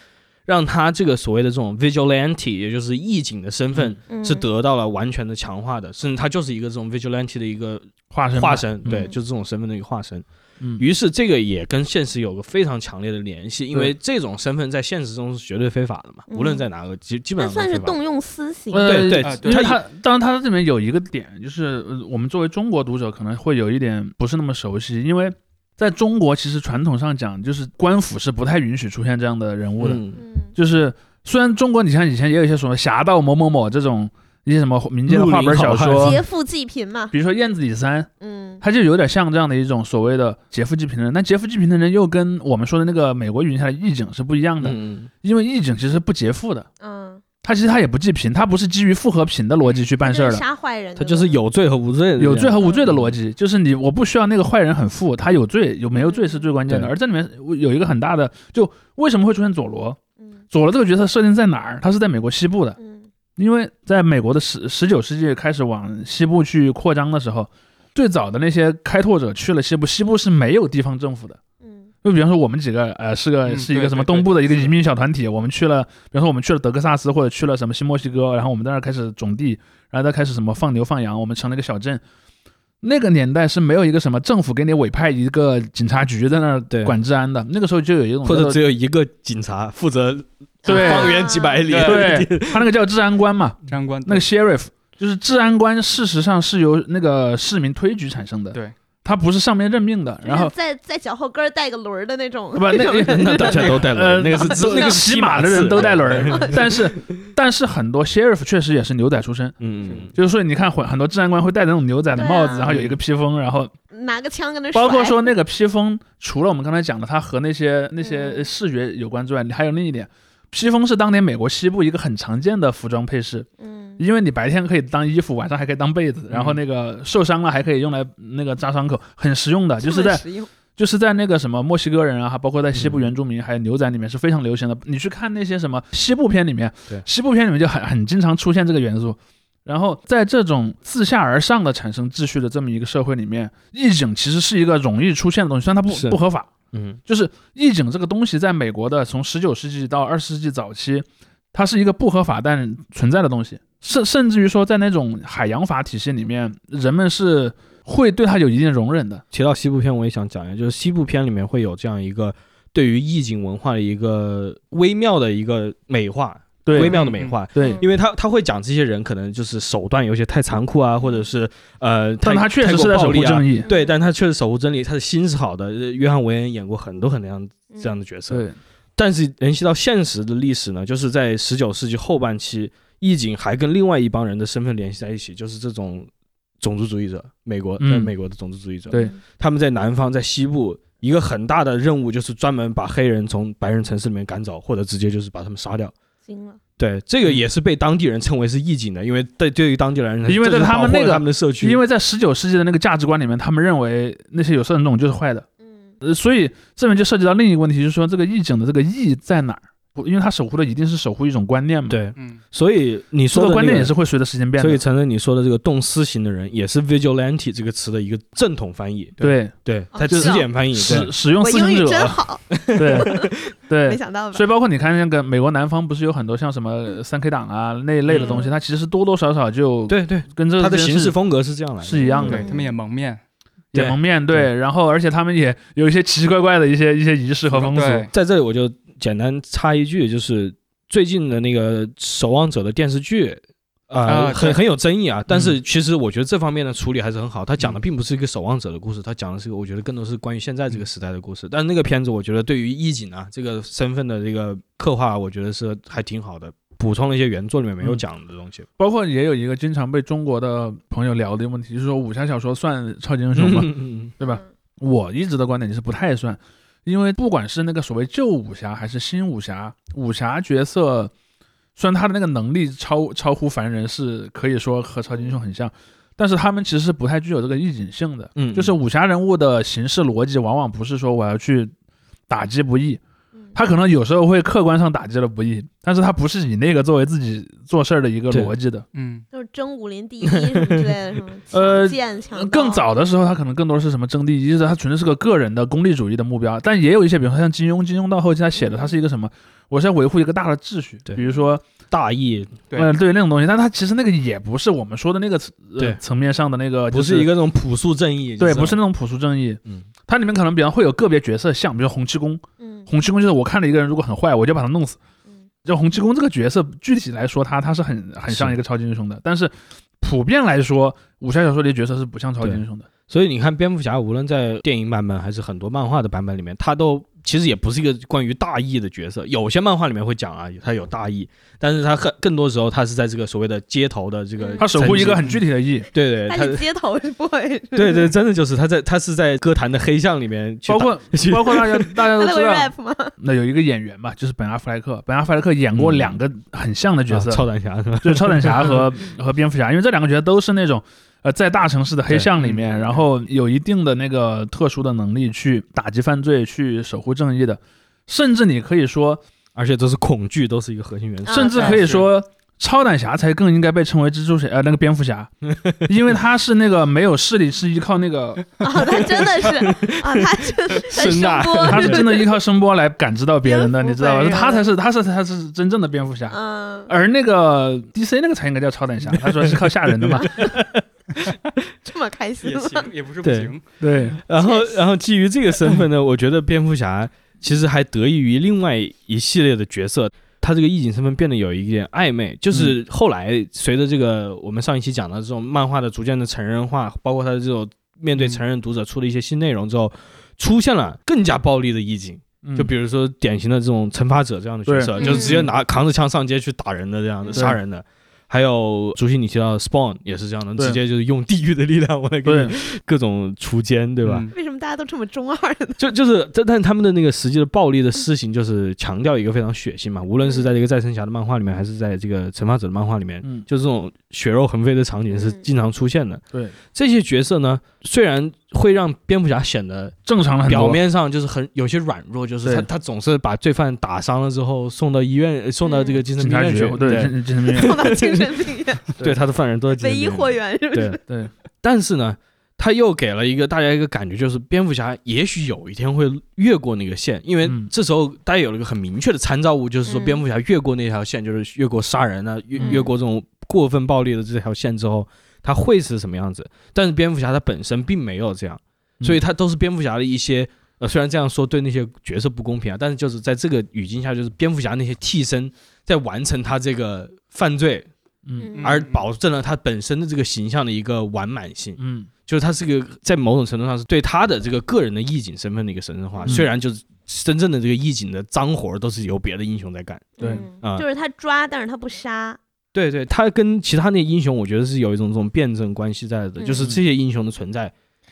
Speaker 1: 让他这个所谓的这种 vigilante，也就是义警的身份。
Speaker 2: 嗯
Speaker 1: 是得到了完全的强化的，甚至他就是一个这种 vigilante 的一个
Speaker 3: 化身
Speaker 1: 化
Speaker 3: 嘛
Speaker 1: 身，对，
Speaker 2: 嗯
Speaker 1: 就是这种身份的一个化身。
Speaker 3: 嗯
Speaker 1: 于是这个也跟现实有个非常强烈的联系，因为这种身份在现实中是绝对非法的嘛，
Speaker 2: 嗯
Speaker 1: 无论在哪个基基本
Speaker 2: 那
Speaker 1: 上都
Speaker 2: 算是
Speaker 1: 非法的。
Speaker 2: 动用私刑。
Speaker 3: 呃
Speaker 1: 对对
Speaker 4: 啊，
Speaker 3: 因
Speaker 4: 对
Speaker 3: 为
Speaker 1: 他
Speaker 3: 它当然它这里面有一个点，就是呃我们作为中国读者可能会有一点不是那么熟悉，因为在中国其实传统上讲，就是官府是不太允许出现这样的人物的。
Speaker 1: 嗯，
Speaker 2: 嗯，
Speaker 3: 就是虽然中国你像以前也有一些什么侠盗某某某这种一些什么民间的
Speaker 1: 绿林
Speaker 3: 话本小
Speaker 1: 好汉
Speaker 3: 说，
Speaker 2: 嗯劫富济贫嘛。
Speaker 3: 比如说《燕子李三》，
Speaker 2: 嗯，
Speaker 3: 它就有点像这样的一种所谓的劫富济贫的人。但劫富济贫的人又跟我们说的那个美国语境下的义警是不一样的，
Speaker 1: 嗯，
Speaker 3: 因为义警其实不劫富的。
Speaker 2: 嗯，
Speaker 3: 他其实他也不济贫，他不是基于富和贫的逻辑去办事
Speaker 2: 就
Speaker 3: 儿
Speaker 2: 是
Speaker 3: 的，
Speaker 2: 杀坏人，
Speaker 1: 他就是
Speaker 2: 对嗯吧
Speaker 1: 有罪和无罪的这样，
Speaker 3: 有罪和无罪的逻辑，就是你我不需要那个坏人很富，他有罪有没有罪是最关键的。
Speaker 1: 对
Speaker 3: 而这里面有一个很大的，就为什么会出现佐罗？
Speaker 2: 嗯
Speaker 3: 佐罗这个角色设定在哪儿？他是在美国西部的，
Speaker 2: 嗯
Speaker 3: 因为在美国的十十九世纪开始往西部去扩张的时候，最早的那些开拓者去了西部，西部是没有地方政府的。
Speaker 2: 嗯
Speaker 3: 就比方说我们几个呃是个
Speaker 4: 嗯
Speaker 3: 是一个
Speaker 4: 对
Speaker 3: 什么
Speaker 4: 对对
Speaker 3: 东部的一个移民小团体，我们去了，比方说我们去了德克萨斯或者去了什么新墨西哥，然后我们在那儿开始种地，然后再开始什么放牛放羊，我们成了一个小镇。那个年代是没有一个什么政府给你委派一个警察局在那
Speaker 1: 对
Speaker 3: 儿管治安的，那个时候就有一种
Speaker 1: 或
Speaker 3: 叫
Speaker 1: 者
Speaker 3: 做
Speaker 1: 只有一哦个警察负责
Speaker 3: 对啊
Speaker 1: 方圆几百里，
Speaker 3: 对，他那个叫治安官
Speaker 4: *laughs*
Speaker 3: 嘛，
Speaker 4: 张官
Speaker 3: 那个 sheriff 就是治安官，事实上是由那个市民推举产生的，
Speaker 4: 对，
Speaker 3: 他不是上面任命的，
Speaker 2: 就是
Speaker 3: 然后啊
Speaker 2: 在在脚后跟儿带个轮儿的那种，
Speaker 3: 不那 *laughs* 那
Speaker 1: *laughs* 那大家都带
Speaker 3: 呃
Speaker 1: 轮，那个是自
Speaker 3: *laughs* 那个骑
Speaker 1: 骑
Speaker 3: 马的人
Speaker 1: 字
Speaker 3: 都带轮儿，
Speaker 1: *laughs*
Speaker 3: 但是但是很多 sheriff 确实也是牛仔出身，
Speaker 1: 嗯，嗯
Speaker 3: 就是说你看很很多治安官会戴那种牛仔的帽
Speaker 2: 对
Speaker 3: 子，
Speaker 2: 啊
Speaker 3: 然后有一个披风，然后
Speaker 2: 拿个枪跟那
Speaker 3: 包括
Speaker 2: 甩
Speaker 3: 说那个披风，除了我们刚才讲的它和那些那些
Speaker 2: 嗯
Speaker 3: 视觉有关之外，还有另一点。披风是当年美国西部一个很常见的服装配饰，
Speaker 2: 嗯
Speaker 3: 因为你白天可以当衣服，晚上还可以当被子，然后
Speaker 1: 嗯
Speaker 3: 那个受伤了还可以用来那个扎伤口，很实用的，就是在就是在那个什么墨西哥人啊，还包括在西部
Speaker 1: 嗯
Speaker 3: 原住民还有牛仔里面是非常流行的。你去看那些什么西部片里面
Speaker 1: 对，
Speaker 3: 西部片里面就很很经常出现这个元素。然后在这种自下而上的产生秩序的这么一个社会里面，义警其实是一个容易出现的东西，虽然它不
Speaker 1: 是
Speaker 3: 不合法，
Speaker 1: 嗯，
Speaker 3: 就是义警这个东西在美国的从十九世纪到二十世纪早期，它是一个不合法但存在的东西，甚甚至于说在那种海洋法体系里面，人们是会对它有一定容忍的。
Speaker 1: 提到西部片，我也想讲一下，就是西部片里面会有这样一个对于意境文化的一个微妙的一个美化，微
Speaker 3: 对嗯
Speaker 1: 妙的美化。
Speaker 3: 对，
Speaker 1: 因为他他会讲这些人可能就是手段有些太残酷啊，或者是呃，
Speaker 3: 嗯但
Speaker 1: 太
Speaker 3: 他确实是在
Speaker 1: 太过
Speaker 3: 守
Speaker 1: 暴
Speaker 3: 护
Speaker 1: 力啊
Speaker 3: 正。义。
Speaker 1: 对，但他确实守护真理，他的心是好的。呃约翰·韦恩演过很多很多
Speaker 3: 嗯
Speaker 1: 样这样
Speaker 2: 的
Speaker 1: 的角色，
Speaker 3: 对，
Speaker 1: 但是联系到现实的历史呢，就是在十九世纪后半期，义警还跟另外一帮人的身份联系在一起，就是这种种族主义者，美国在
Speaker 3: 嗯
Speaker 1: 美国的种族主义者，
Speaker 3: 对
Speaker 2: 嗯
Speaker 1: 他们在南方在西部一个很大的任务就是专门把黑人从白人城市里面赶走，或者直接就是把他们杀掉。
Speaker 2: 惊了，
Speaker 1: 对，这
Speaker 3: 嗯
Speaker 1: 个也是被当地人称为是义警的，因为对对于当地人来说，
Speaker 3: 因为在
Speaker 1: 这是
Speaker 3: 他
Speaker 1: 保
Speaker 3: 们
Speaker 1: 护了
Speaker 3: 那个
Speaker 1: 他们的社区，
Speaker 3: 因为在十九世纪的那个价值观里面，他们认为那些有色人种就是坏的，
Speaker 2: 嗯
Speaker 3: 呃，所以这边就涉及到另一个问题，就是说这个义警的这个义在哪儿？不，因为他守护的一定是守护一种观念嘛。，
Speaker 1: 对，
Speaker 4: 嗯
Speaker 1: 所以你
Speaker 3: 这
Speaker 1: 说的、
Speaker 3: 个
Speaker 1: 那
Speaker 3: 观念也是。会随着时间变
Speaker 1: 所以，
Speaker 3: 的。
Speaker 1: 承认你说的这个动私刑的人，也是 vigilante 这个词的一个正统翻译，
Speaker 3: 对，
Speaker 1: 对，
Speaker 2: 哦
Speaker 1: 它
Speaker 2: 是
Speaker 1: 词
Speaker 2: 啊
Speaker 1: 典翻译，对
Speaker 3: 使使用
Speaker 2: 我
Speaker 3: 私
Speaker 2: 英
Speaker 3: 刑
Speaker 2: 语
Speaker 3: 者，
Speaker 2: 真好， *laughs*
Speaker 3: 对
Speaker 2: 没
Speaker 3: 对。
Speaker 2: 想到吧
Speaker 3: 所？以，包括你看那个美国南方，不是有很多像什么三 K 党啊那一类的东西，
Speaker 2: 嗯
Speaker 3: 它其实多多少少就
Speaker 1: 对对，
Speaker 3: 跟这
Speaker 1: 它的
Speaker 3: 件
Speaker 1: 行
Speaker 3: 事
Speaker 1: 事风格是这样来的，
Speaker 3: 是一样的
Speaker 4: 对，他们也蒙面，
Speaker 3: 也
Speaker 1: 对
Speaker 3: 蒙面对，
Speaker 1: 对
Speaker 3: 然后而且他们也有一些奇奇怪怪的一些一些仪式和风俗。
Speaker 4: 对
Speaker 1: 在这里我就简单插一句，就是最近的那个《守望者》的电视剧。
Speaker 4: 啊
Speaker 1: 呃，很
Speaker 4: 对
Speaker 1: 很有争议啊，但是其实我觉得这方面的处理还是很好。他讲的并不是一个守望者的故事，他讲的是一个我觉得更多是关于现在这个时代的故事。但那个片子，我觉得对于义警啊这个身份的这个刻画，我觉得是还挺好的，补充了一些原作里面没有
Speaker 3: 嗯
Speaker 1: 讲的东西。
Speaker 3: 包括也有一个经常被中国的朋友聊的问题，就是说武侠小说算超级英雄
Speaker 1: *laughs*
Speaker 3: 吗？
Speaker 1: 嗯嗯
Speaker 3: 对吧？我一直的观点就是不太算，因为不管是那个所谓旧武侠还是新武侠，武侠角色虽然他的那个能力超超乎凡人，是可以说和超级英雄很像，但是他们其实是不太具有这个意境性的。
Speaker 1: 嗯，
Speaker 3: 就是武侠人物的行事逻辑，往往不是说我要去打击不义，
Speaker 2: 嗯
Speaker 3: 他可能有时候会客观上打击了不义，但是他不是以那个作为自己做事儿的一个
Speaker 1: 对
Speaker 3: 逻辑的。
Speaker 4: 嗯，
Speaker 2: 就是争武林第一 *laughs* 什么之类的，什么
Speaker 3: 呃
Speaker 2: 强剑强
Speaker 3: 更
Speaker 2: 盗
Speaker 3: 早的时候，他可能更多的是什么争第一，他纯粹是个个人的功利主义的目标。但也有一些，比如说像金庸，金庸到后期他写的，他是一个什么，我是要维护一个大的秩序，
Speaker 1: 对
Speaker 3: 比如说，
Speaker 1: 大义，
Speaker 4: 对
Speaker 3: 呃，对那种东西，但他其实那个也不是我们说的那个层、呃
Speaker 1: 对、
Speaker 3: 层面上的那个，
Speaker 1: 不
Speaker 3: 就是
Speaker 1: 一个那种朴素正义，
Speaker 3: 对，
Speaker 1: 就
Speaker 3: 不是那种朴素正义。
Speaker 1: 嗯，
Speaker 3: 它里面可能比方会有个别角色像，比如洪七公，
Speaker 2: 嗯
Speaker 3: 洪七公就是我看了一个人如果很坏，我就把他弄死。
Speaker 2: 嗯
Speaker 3: 就洪七公这个角色，具体来说他他是很很像
Speaker 1: 是
Speaker 3: 一个超级英雄的，但是普遍来说，武侠小说里的角色是不像超级
Speaker 1: 对
Speaker 3: 英雄的。
Speaker 1: 所以你看，蝙蝠侠无论在电影版本还是很多漫画的版本里面，他都其实也不是一个关于大义的角色。有些漫画里面会讲啊，他有大义，但是他更更多时候他是在这个所谓的街头的这个，
Speaker 2: 嗯
Speaker 3: 他守护一个
Speaker 1: 层
Speaker 3: 很具体的意义，
Speaker 1: 级，对嗯对，
Speaker 2: 但
Speaker 1: 他
Speaker 2: 是街头 *laughs* 是不会，
Speaker 1: 对对，真的就是他在他是在歌坛的黑巷里面去
Speaker 3: 包
Speaker 1: 打
Speaker 3: 括
Speaker 1: *laughs* 去
Speaker 3: 包括大家大家
Speaker 2: 他
Speaker 3: 都
Speaker 2: 在会
Speaker 3: 知道，
Speaker 2: rap 吗？
Speaker 3: 那有一个演员嘛，就是本阿弗莱克，本阿弗莱克演过
Speaker 1: 嗯
Speaker 3: 两个很像的角色
Speaker 1: 啊，超胆侠是吧？ *laughs*
Speaker 3: 就是超胆侠和和蝙蝠侠，因为这两个角色都是那种。呃，在大城市的黑巷里面，
Speaker 4: 对嗯
Speaker 3: 然后有一定的那个特殊的能力去打击犯罪、去守护正义的，甚至你可以说，
Speaker 1: 而且都是恐惧，都是一个核心元素。
Speaker 2: 啊
Speaker 3: 甚至可以说，超胆侠才更应该被称为蜘蛛侠呃那个蝙蝠
Speaker 1: *laughs*
Speaker 3: 侠，因为他是那个没有视力，是依靠那个
Speaker 2: *laughs* 啊，他真的是啊，他就是在
Speaker 1: 声呐
Speaker 2: 声波，
Speaker 3: 他是真的依靠声波来感知到别人
Speaker 2: 蝙
Speaker 3: 的，
Speaker 2: 蝠
Speaker 3: 你知道吧？
Speaker 2: 本人
Speaker 3: 他才是他是他是真正的蝙蝠侠，
Speaker 2: 嗯，
Speaker 3: 而那个 DC 那个才应该叫超胆侠，他说是靠吓人的嘛。
Speaker 1: *laughs*
Speaker 2: 这么开心
Speaker 4: 也
Speaker 2: 吗？
Speaker 3: *laughs*
Speaker 4: 行，也不是不
Speaker 1: 对
Speaker 4: 行。
Speaker 3: 对，
Speaker 1: *laughs* 然后，然后基于这个身份呢， *laughs* 我觉得蝙蝠侠其实还得益于另外一系列的角色，他这个义警身份变得有一点暧昧。
Speaker 3: 嗯
Speaker 1: 就是后来随着这个我们上一期讲的这种漫画的逐渐的成人化，包括他的这种面
Speaker 3: 嗯
Speaker 1: 对成人读者出的一些新内容之后，出现了更加暴力的义警，
Speaker 3: 嗯
Speaker 1: 就比如说典型的这种惩罚者这样的角色，
Speaker 2: 对
Speaker 1: 就是直接
Speaker 3: 嗯
Speaker 1: 拿扛着枪上街去打人的这样的
Speaker 3: 对
Speaker 1: 杀人的。还有竹溪你提到的 Spawn 也是这样的，
Speaker 3: 对
Speaker 1: 直接就是用地狱的力量，我来给
Speaker 3: 对
Speaker 1: 你各种除奸，对吧？
Speaker 4: 嗯
Speaker 2: 为什么大家都这么中二呢？
Speaker 1: 就就是，但但他们的那个实际的暴
Speaker 3: 嗯
Speaker 1: 力的施行，就是强调一个非常血腥嘛，无论是在这个再生侠的漫画里面，还是在这个惩罚者的漫画里面，
Speaker 3: 嗯
Speaker 1: 就这种血肉横飞的场景是
Speaker 2: 嗯
Speaker 1: 经常出现的。
Speaker 3: 对
Speaker 1: 这些角色呢，虽然会让蝙蝠侠显得
Speaker 3: 正常了很多
Speaker 1: 表面上就是很有些软弱，就是他
Speaker 3: 对
Speaker 1: 他总是把罪犯打伤了之后送到医院，呃送到这个精神
Speaker 3: 警
Speaker 1: 病
Speaker 3: 察
Speaker 1: 院
Speaker 3: 局
Speaker 1: 去，
Speaker 3: 嗯对
Speaker 1: 对
Speaker 3: 精精神病院
Speaker 2: 送到精神病院，
Speaker 1: 对，他的犯人都在精
Speaker 2: *laughs* 唯
Speaker 1: 神病
Speaker 2: 一
Speaker 1: 院
Speaker 2: 货源是不是？
Speaker 1: 对， *laughs*
Speaker 3: 对嗯
Speaker 1: 但是呢，他又给了一个大家一个感觉，就是蝙蝠侠也许有一天会越过那个线，因为
Speaker 3: 嗯
Speaker 1: 这时候大家有了一个很明确的参照物，就是说
Speaker 2: 嗯
Speaker 1: 蝙蝠侠越过那条线，就是越过杀人啊，越
Speaker 2: 嗯
Speaker 1: 越过这种过分暴力的这条线之后，他会是什么样子？但是蝙蝠侠他本身并没有这样，
Speaker 3: 嗯
Speaker 1: 所以他都是蝙蝠侠的一些。呃，虽然这样说对那些角色不公平啊，但是就是在这个语境下，就是蝙蝠侠那些替身在完成他这个犯罪，
Speaker 3: 嗯
Speaker 1: 而保证了他本身的这个形象的一个完满性。
Speaker 3: 嗯
Speaker 1: 就是他是个在某种程度上是对他的这个个人的义警身份的一个神圣化，
Speaker 3: 嗯
Speaker 1: 虽然就是真正的这个义警的脏活儿都是由别的英雄在干。
Speaker 3: 对
Speaker 2: 嗯
Speaker 1: 啊
Speaker 2: 就是他抓，但是他不杀，
Speaker 1: 对对，他跟其他那英雄，我觉得是有一种这种辩证关系在的，
Speaker 2: 嗯
Speaker 1: 就是这些英雄的存在，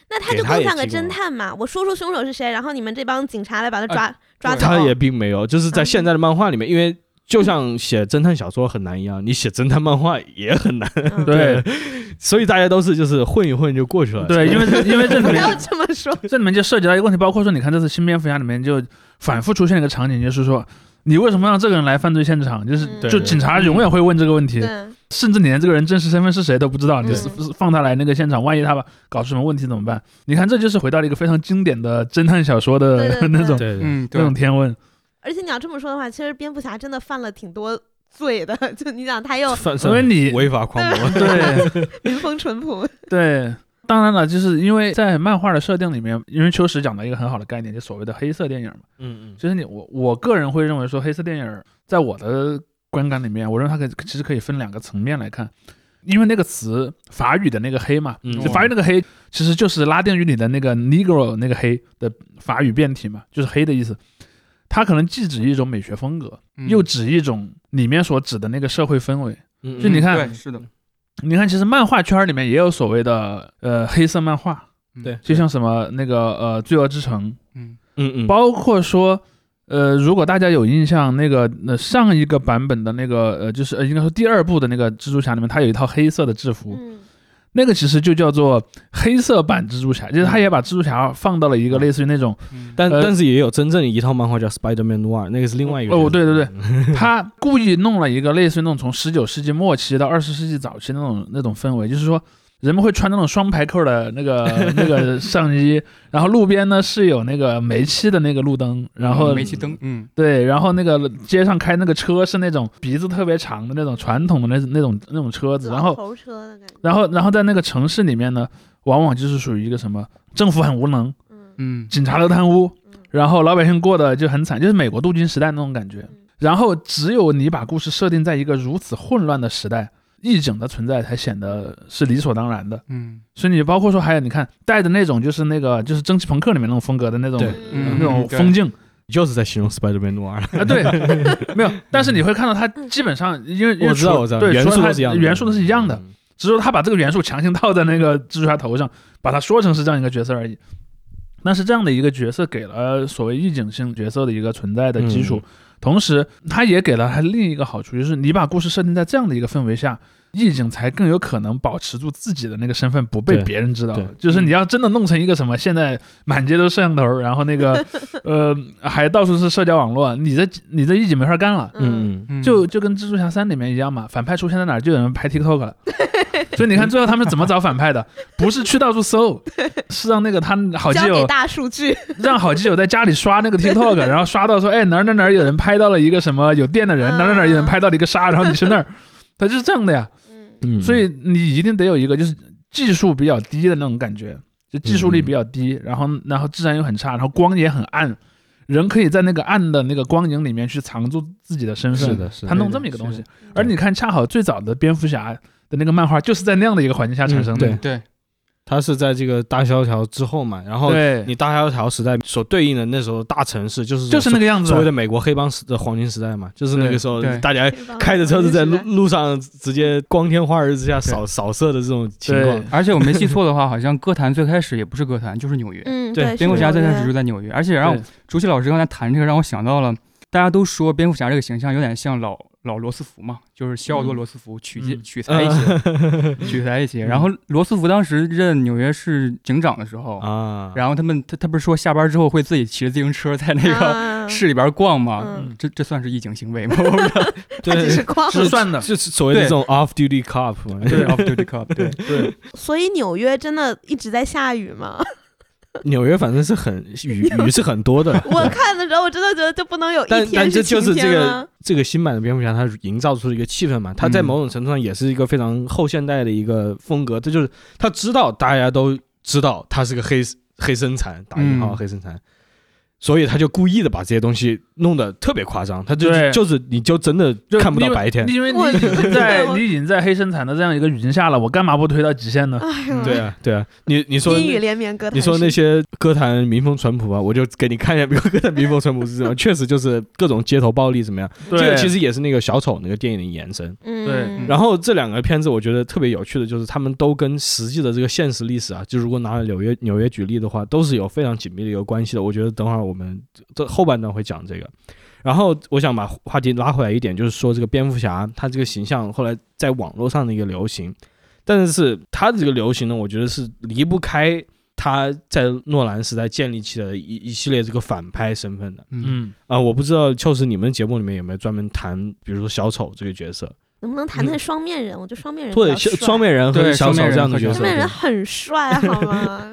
Speaker 2: 那他
Speaker 1: 给
Speaker 2: 就
Speaker 1: 他
Speaker 2: 更
Speaker 1: 也
Speaker 2: 像个
Speaker 1: 提供
Speaker 2: 侦
Speaker 1: 了
Speaker 2: 探嘛。我说出凶手是谁，然后你们这帮警察来把他
Speaker 3: 啊
Speaker 2: 抓、抓
Speaker 3: 对
Speaker 2: 走。
Speaker 1: 他也嗯并没有，就是在现在的漫画里面，因为就像写侦探小说很难一样，你写侦探漫画也很难，
Speaker 2: 嗯
Speaker 3: 对
Speaker 1: 所以大家都是就是混一混就过去了。
Speaker 3: 对，因为这因为这里
Speaker 2: 不
Speaker 1: *laughs*
Speaker 2: 要
Speaker 3: 面
Speaker 2: 这么说，
Speaker 3: 这里面就涉及到一个问题，包括说你看这次新蝙蝠侠里面就反复出现了一个场景，就是说你为什么让这个人来犯罪现场？就是
Speaker 2: 嗯
Speaker 3: 就警察永远会问这个问题，
Speaker 2: 对，
Speaker 3: 甚至你连这个人真实身份是谁都不知道，
Speaker 2: 嗯
Speaker 3: 你是不是放他来那个现场，万一他把搞出什么问题怎么办？你看，这就是回到了一个非常经典的侦探小说的
Speaker 2: 对对对
Speaker 3: *laughs* 那种
Speaker 1: 对对，
Speaker 4: 嗯，
Speaker 3: 那
Speaker 4: 对
Speaker 3: 种，天
Speaker 4: *laughs*
Speaker 3: 问。
Speaker 2: 而且你要这么说的话，其实蝙蝠侠真的犯了挺多罪的。 *laughs* 就你想，
Speaker 1: *laughs*
Speaker 2: 他又
Speaker 1: 反
Speaker 3: 因为你
Speaker 1: 违法狂魔，
Speaker 3: 对
Speaker 2: 民风淳朴，
Speaker 3: 对，当然了，就是因为在漫画的设定里面，因为秋实讲到一个很好的概念，就所谓的黑色电影嘛。
Speaker 1: *laughs* 嗯嗯，
Speaker 3: 就是你我我个人会认为说，黑色电影在我的观感里面，我认为它可以其实可以分两个层面来看，因为那个词法语的那个黑嘛，
Speaker 1: 嗯
Speaker 3: 就法语那个黑其实就是拉丁语里的那个 negro 那个黑的法语变体嘛，就是黑的意思。它可能既指一种美学风格，
Speaker 4: 嗯
Speaker 3: 又指一种里面所指的那个社会氛围。
Speaker 1: 嗯
Speaker 3: 就你看
Speaker 4: 对，是的，
Speaker 3: 你看，其实漫画圈里面也有所谓的呃黑色漫画，
Speaker 4: 嗯
Speaker 1: 对
Speaker 3: 就像什么那个呃《罪恶之城
Speaker 4: 嗯，
Speaker 1: 嗯嗯》，
Speaker 3: 包括说呃，如果大家有印象，那个呃上一个版本的那个呃，就是呃应该说第二部的那个蜘蛛侠里面，它有一套黑色的制服，
Speaker 2: 嗯，
Speaker 3: 那个其实就叫做黑色版蜘蛛侠，就是他也把蜘蛛侠放到了一个类似于那种
Speaker 4: 嗯
Speaker 1: 但
Speaker 3: 呃
Speaker 1: 但是也有真正一套漫画叫 Spider-Man Noir，那个是另外一个
Speaker 3: 哦
Speaker 1: 人
Speaker 3: 对对对，他故意弄了一个类似于那种从十九世纪末期到二十世纪早期那种那种氛围，就是说人们会穿那种双排扣的那个那个上衣，然后路边呢是有那个煤气的那个路灯，然后
Speaker 4: 煤气灯，嗯，
Speaker 3: 对，然后那个街上开那个车是那种鼻子特别长的那种传统的那那种那种车子，然后
Speaker 2: 老头车的感觉，
Speaker 3: 然后然后在那个城市里面呢，往往就是属于一个什么政府很无能，
Speaker 2: 嗯
Speaker 4: 嗯，
Speaker 3: 警察都贪污，
Speaker 2: 嗯
Speaker 3: 然后老百姓过得就很惨，就是美国镀金时代那种感觉。
Speaker 2: 嗯
Speaker 3: 然后只有你把故事设定在一个如此混乱的时代，义警的存在才显得是理所当然的。
Speaker 4: 嗯，
Speaker 3: 所以你包括说还有你看带着那种就是那个就是蒸汽朋克里面那种风格的那种
Speaker 1: 对
Speaker 4: 嗯
Speaker 3: 那种
Speaker 4: 对
Speaker 3: 风景
Speaker 1: 就是在形容 Spider-Man Noir，
Speaker 3: *laughs* 啊，对，没有，但是你会看到它基本上因为因为
Speaker 1: 我知道
Speaker 3: 除
Speaker 1: 我知道，
Speaker 3: 对，
Speaker 1: 元
Speaker 3: 除了
Speaker 1: 素
Speaker 3: 它
Speaker 1: 都是一样的，
Speaker 3: 元素都是一样的，
Speaker 1: 嗯，
Speaker 3: 只是他把这个元素强行套在那个蜘蛛侠头上，把他说成是这样一个角色而已。但是这样的一个角色给了所谓意境性角色的一个存在的基
Speaker 1: 嗯
Speaker 3: 础，同时他也给了他另一个好处，就是你把故事设定在这样的一个氛围下，意境才更有可能保持住自己的那个身份不被
Speaker 1: 对
Speaker 3: 别人知道
Speaker 1: 对。
Speaker 3: 就是你要真的弄成一个什么，现在满街都是摄像头，然后那个呃还到处是社交网络，你这你这意境没法干了。
Speaker 2: 嗯，
Speaker 1: 嗯嗯，
Speaker 4: 嗯
Speaker 3: 就就跟蜘蛛侠三里面一样嘛，反派出现在哪儿就有人拍 TikTok 了。 *laughs* 所以你看最后他们怎么找反派的？不是去到处
Speaker 2: *laughs*
Speaker 3: 搜，是让那个他好基
Speaker 2: 交给
Speaker 3: 友，
Speaker 2: 大数据，
Speaker 3: 让好基友在家里刷那个
Speaker 2: *laughs*
Speaker 3: TikTok，然后刷到说，哎哪儿哪儿哪儿有人拍到了一个什么有电的人，哪儿哪儿哪儿有人拍到了一个沙，然后你去那儿， *laughs* 他就是这样的呀。
Speaker 2: 嗯
Speaker 1: 嗯
Speaker 3: 所以你一定得有一个就是技术比较低的那种感觉，就技术力比较低，然后然后质量又很差，然后光也很暗，人可以在那个暗的那个光影里面去藏住自己的身份。
Speaker 1: 是的，是
Speaker 3: 他
Speaker 1: 的，
Speaker 3: 弄这么一个东西
Speaker 4: 是。
Speaker 3: 而你看，恰好最早的蝙蝠侠的那个漫画就是在那样的一个环境下产生的。
Speaker 1: 嗯
Speaker 4: 对，
Speaker 1: 他是在这个大萧条之后嘛，然后
Speaker 3: 对
Speaker 1: 你大萧条时代所对应的那时候大城市就是
Speaker 3: 就是那个样子啊
Speaker 1: 所谓。的美国黑帮时的黄金时代嘛，就是那个时候
Speaker 4: 对对
Speaker 1: 大家
Speaker 2: 黑帮
Speaker 1: 开着车子在路
Speaker 2: 黄金时代
Speaker 1: 路上直接光天化日之下扫扫射的这种情况
Speaker 3: 对，
Speaker 4: 而且我没记错的话，好像歌坛最开始也不是歌坛，就是纽约。
Speaker 2: 嗯，
Speaker 1: 对
Speaker 2: 对，
Speaker 4: 蝙蝠
Speaker 2: 是
Speaker 4: 侠
Speaker 2: 的
Speaker 4: 最开始就在纽约，而且让
Speaker 3: 对
Speaker 4: 竹溪老师刚才谈这个，让我想到了，大家都说蝙蝠侠这个形象有点像老老罗斯福嘛，就是西奥多
Speaker 3: 嗯
Speaker 4: 罗斯福取借
Speaker 3: 嗯
Speaker 4: 取材一些，取材一些。然后罗斯福当时任纽约市警长的时候，
Speaker 1: 啊，
Speaker 4: 然后他们他他不是说下班之后会自己骑着自行车在那个
Speaker 2: 啊
Speaker 4: 市里边逛吗？
Speaker 2: 嗯
Speaker 4: 这这算是一警行为吗？我不知道
Speaker 2: 他只是
Speaker 1: 对，
Speaker 2: 光
Speaker 3: 是算的，
Speaker 1: 就是所谓的这种 off duty cop 嘛，
Speaker 4: 对 off duty cop，对，
Speaker 3: 对，
Speaker 2: 所以纽约真的一直在下雨
Speaker 1: *laughs*
Speaker 2: 吗？
Speaker 1: 纽约反正是很雨
Speaker 2: *laughs*
Speaker 1: 雨是很多的，
Speaker 2: 我看的时候，我真的觉得就不能有一
Speaker 1: 但
Speaker 2: 天
Speaker 1: 但这
Speaker 2: 晴
Speaker 1: 就是这
Speaker 2: 天
Speaker 1: 个
Speaker 2: 吗？
Speaker 1: 这个新版的蝙蝠侠，它营造出了一个气氛嘛，它在
Speaker 4: 嗯
Speaker 1: 某种程度上也是一个非常后现代的一个风格，这就是他知道大家都知道他是个黑黑生产，打引号
Speaker 4: 嗯
Speaker 1: 黑生产。所以他就故意的把这些东西弄得特别夸张，他就
Speaker 3: 对
Speaker 1: 就是你就真的
Speaker 3: 就
Speaker 1: 看不到
Speaker 3: 因为
Speaker 1: 白天，
Speaker 3: 因为你
Speaker 2: 我
Speaker 3: 已经在
Speaker 2: 我
Speaker 3: 你已经在黑生产的这样一个语境下了，我干嘛不推到极限呢？
Speaker 2: 哎呦，
Speaker 1: 对啊对啊，你你说
Speaker 2: 阴雨
Speaker 1: 那
Speaker 2: 连绵，歌坛
Speaker 1: 你说
Speaker 2: 是
Speaker 1: 那些歌坛民风淳朴啊，我就给你看一下歌坛民风淳朴是什
Speaker 2: *laughs*
Speaker 1: 么，确实就是各种街头暴力怎么样，这
Speaker 3: 对
Speaker 1: 个其实也是那个小丑那个电影的延伸，
Speaker 2: 嗯，
Speaker 1: 然后这两个片子我觉得特别有趣的就是，他们都跟实际的这个现实历史啊，就如果拿纽约纽约举例的话，都是有非常紧密的一个关系的。我觉得等会儿我们这这后半段会讲这个。然后我想把话题拉回来一点，就是说这个蝙蝠侠他这个形象后来在网络上的一个流行，但是他的这个流行呢，我觉得是离不开他在诺兰时代建立起来的一一系列这个反派身份的。
Speaker 4: 嗯，
Speaker 3: 嗯，
Speaker 1: 啊、我不知道就是你们节目里面有没有专门谈，比如说小丑这个角色，
Speaker 2: 能不能谈谈双面人？我觉得双面人
Speaker 1: 嗯对，
Speaker 2: 比较
Speaker 1: 像
Speaker 2: 帅
Speaker 1: 双面人和
Speaker 4: 对
Speaker 1: 小丑
Speaker 4: 双面人
Speaker 1: 这样的
Speaker 4: 和
Speaker 1: 角
Speaker 4: 小
Speaker 1: 色，嗯
Speaker 4: 丑
Speaker 2: 双面人
Speaker 1: 对
Speaker 2: 很帅，好吗？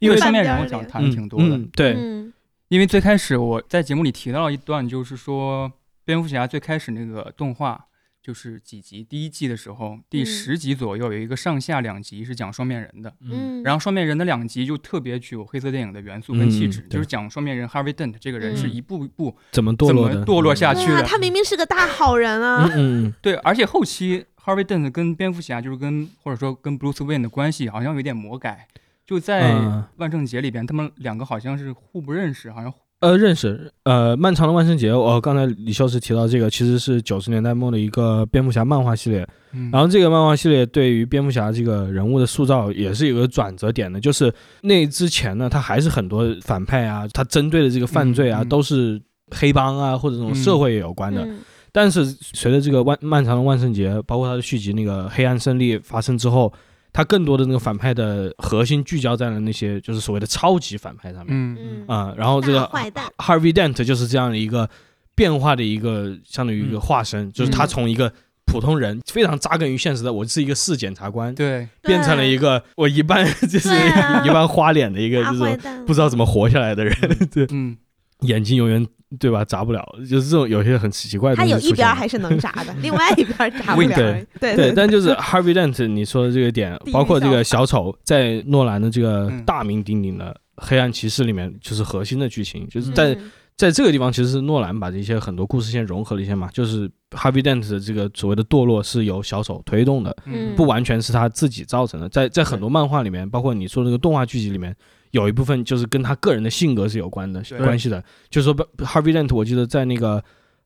Speaker 1: 因
Speaker 4: 因
Speaker 1: 为
Speaker 4: 为
Speaker 2: 半
Speaker 4: 上
Speaker 2: 边
Speaker 4: 面人
Speaker 2: 儿
Speaker 4: 我
Speaker 2: 的
Speaker 4: 想
Speaker 2: 脸
Speaker 4: 谈挺多的，
Speaker 1: 嗯，嗯对，
Speaker 2: 嗯
Speaker 4: 因为最开始我在节目里提到一段，就是说蝙蝠侠最开始那个动画，就是几集，第一季的时候，第
Speaker 2: 嗯
Speaker 4: 十集左右有一个上下两集是讲双面人的，
Speaker 3: 嗯
Speaker 2: 嗯，
Speaker 4: 然
Speaker 2: 后
Speaker 4: 后双面人的两集就特别具有黑色电影的元素跟气质，
Speaker 1: 嗯对
Speaker 4: 就是讲双面人 Harvey Dent 这个人是
Speaker 2: 嗯
Speaker 4: 一步一步、
Speaker 1: 怎么堕落
Speaker 4: 怎
Speaker 1: 的？
Speaker 4: 么堕落下去
Speaker 2: 对啊，
Speaker 4: 了
Speaker 2: 他明明是个大好人啊
Speaker 1: 嗯，嗯
Speaker 4: 对，而且后期 Harvey Dent 跟蝙蝠侠就是跟或者说跟 Bruce Wayne 的关系好像有点魔改，就在
Speaker 1: 嗯
Speaker 4: 万圣节里边，他们两个好像是互不认识，好像
Speaker 1: 呃，认识呃，漫长的万圣节，哦，刚才李修士提到这个，其实是九十年代末的一个蝙蝠侠漫画系列，
Speaker 4: 嗯
Speaker 1: 然后这个漫画系列对于蝙蝠侠这个人物的塑造也是有个转折点的，就是那之前呢，他还是很多反派啊，他针对的这个犯罪啊，
Speaker 4: 嗯嗯
Speaker 1: 都是黑帮啊或者这种社会有关的。
Speaker 2: 嗯
Speaker 1: 但是随着这个万漫长的万圣节，包括他的续集那个黑暗胜利发生之后，他更多的那个反派的核心聚焦在了那些就是所谓的超级反派上面
Speaker 4: 嗯
Speaker 2: 嗯
Speaker 1: 啊、然后这个
Speaker 2: 大坏蛋
Speaker 1: Harvey Dent 就是这样的一个变化的一个相当于一个
Speaker 4: 嗯
Speaker 1: 化身，就是他从一个普通人非常扎根于现实的，我是一个市检察官，
Speaker 4: 对，
Speaker 1: 变成了一
Speaker 2: 个
Speaker 1: 个我一般 *laughs* 就是
Speaker 2: 对啊
Speaker 1: 一般花脸的一个
Speaker 2: 大
Speaker 1: 这
Speaker 2: 坏
Speaker 1: 种
Speaker 2: 蛋，
Speaker 1: 不知道怎么活下来的人，对，
Speaker 4: 嗯，
Speaker 1: 眼睛永远对吧眨不了，就是这种有些很奇怪的
Speaker 2: *laughs* 他
Speaker 1: 东西
Speaker 2: 有
Speaker 1: 出现
Speaker 2: 一
Speaker 1: 了。
Speaker 2: 边儿还是能炸的，另外一边儿炸不了而已。对
Speaker 1: 对，
Speaker 4: *laughs*
Speaker 2: 对，
Speaker 1: 但就是 Harvey Dent 你说的这个点
Speaker 2: 地，狱
Speaker 1: 包括这个
Speaker 2: 小
Speaker 1: 小丑在诺兰的这个
Speaker 4: 嗯
Speaker 1: 大名鼎鼎的《黑暗骑士》里面，就是核心的剧情，就是
Speaker 4: 嗯
Speaker 1: 在在这个地方，其实是诺兰把这些很多故事线融合了一些嘛，就是 Harvey Dent 的这个所谓的堕落是由小丑推动的，
Speaker 2: 嗯
Speaker 1: 不完全是他自己造成的。在在很多漫画里面，包括你说的这个动画剧集里面，有一部分就是跟他个人的性格是有关的
Speaker 4: 对
Speaker 1: 关系的。就是说，Harvey Dent，我记得在那个《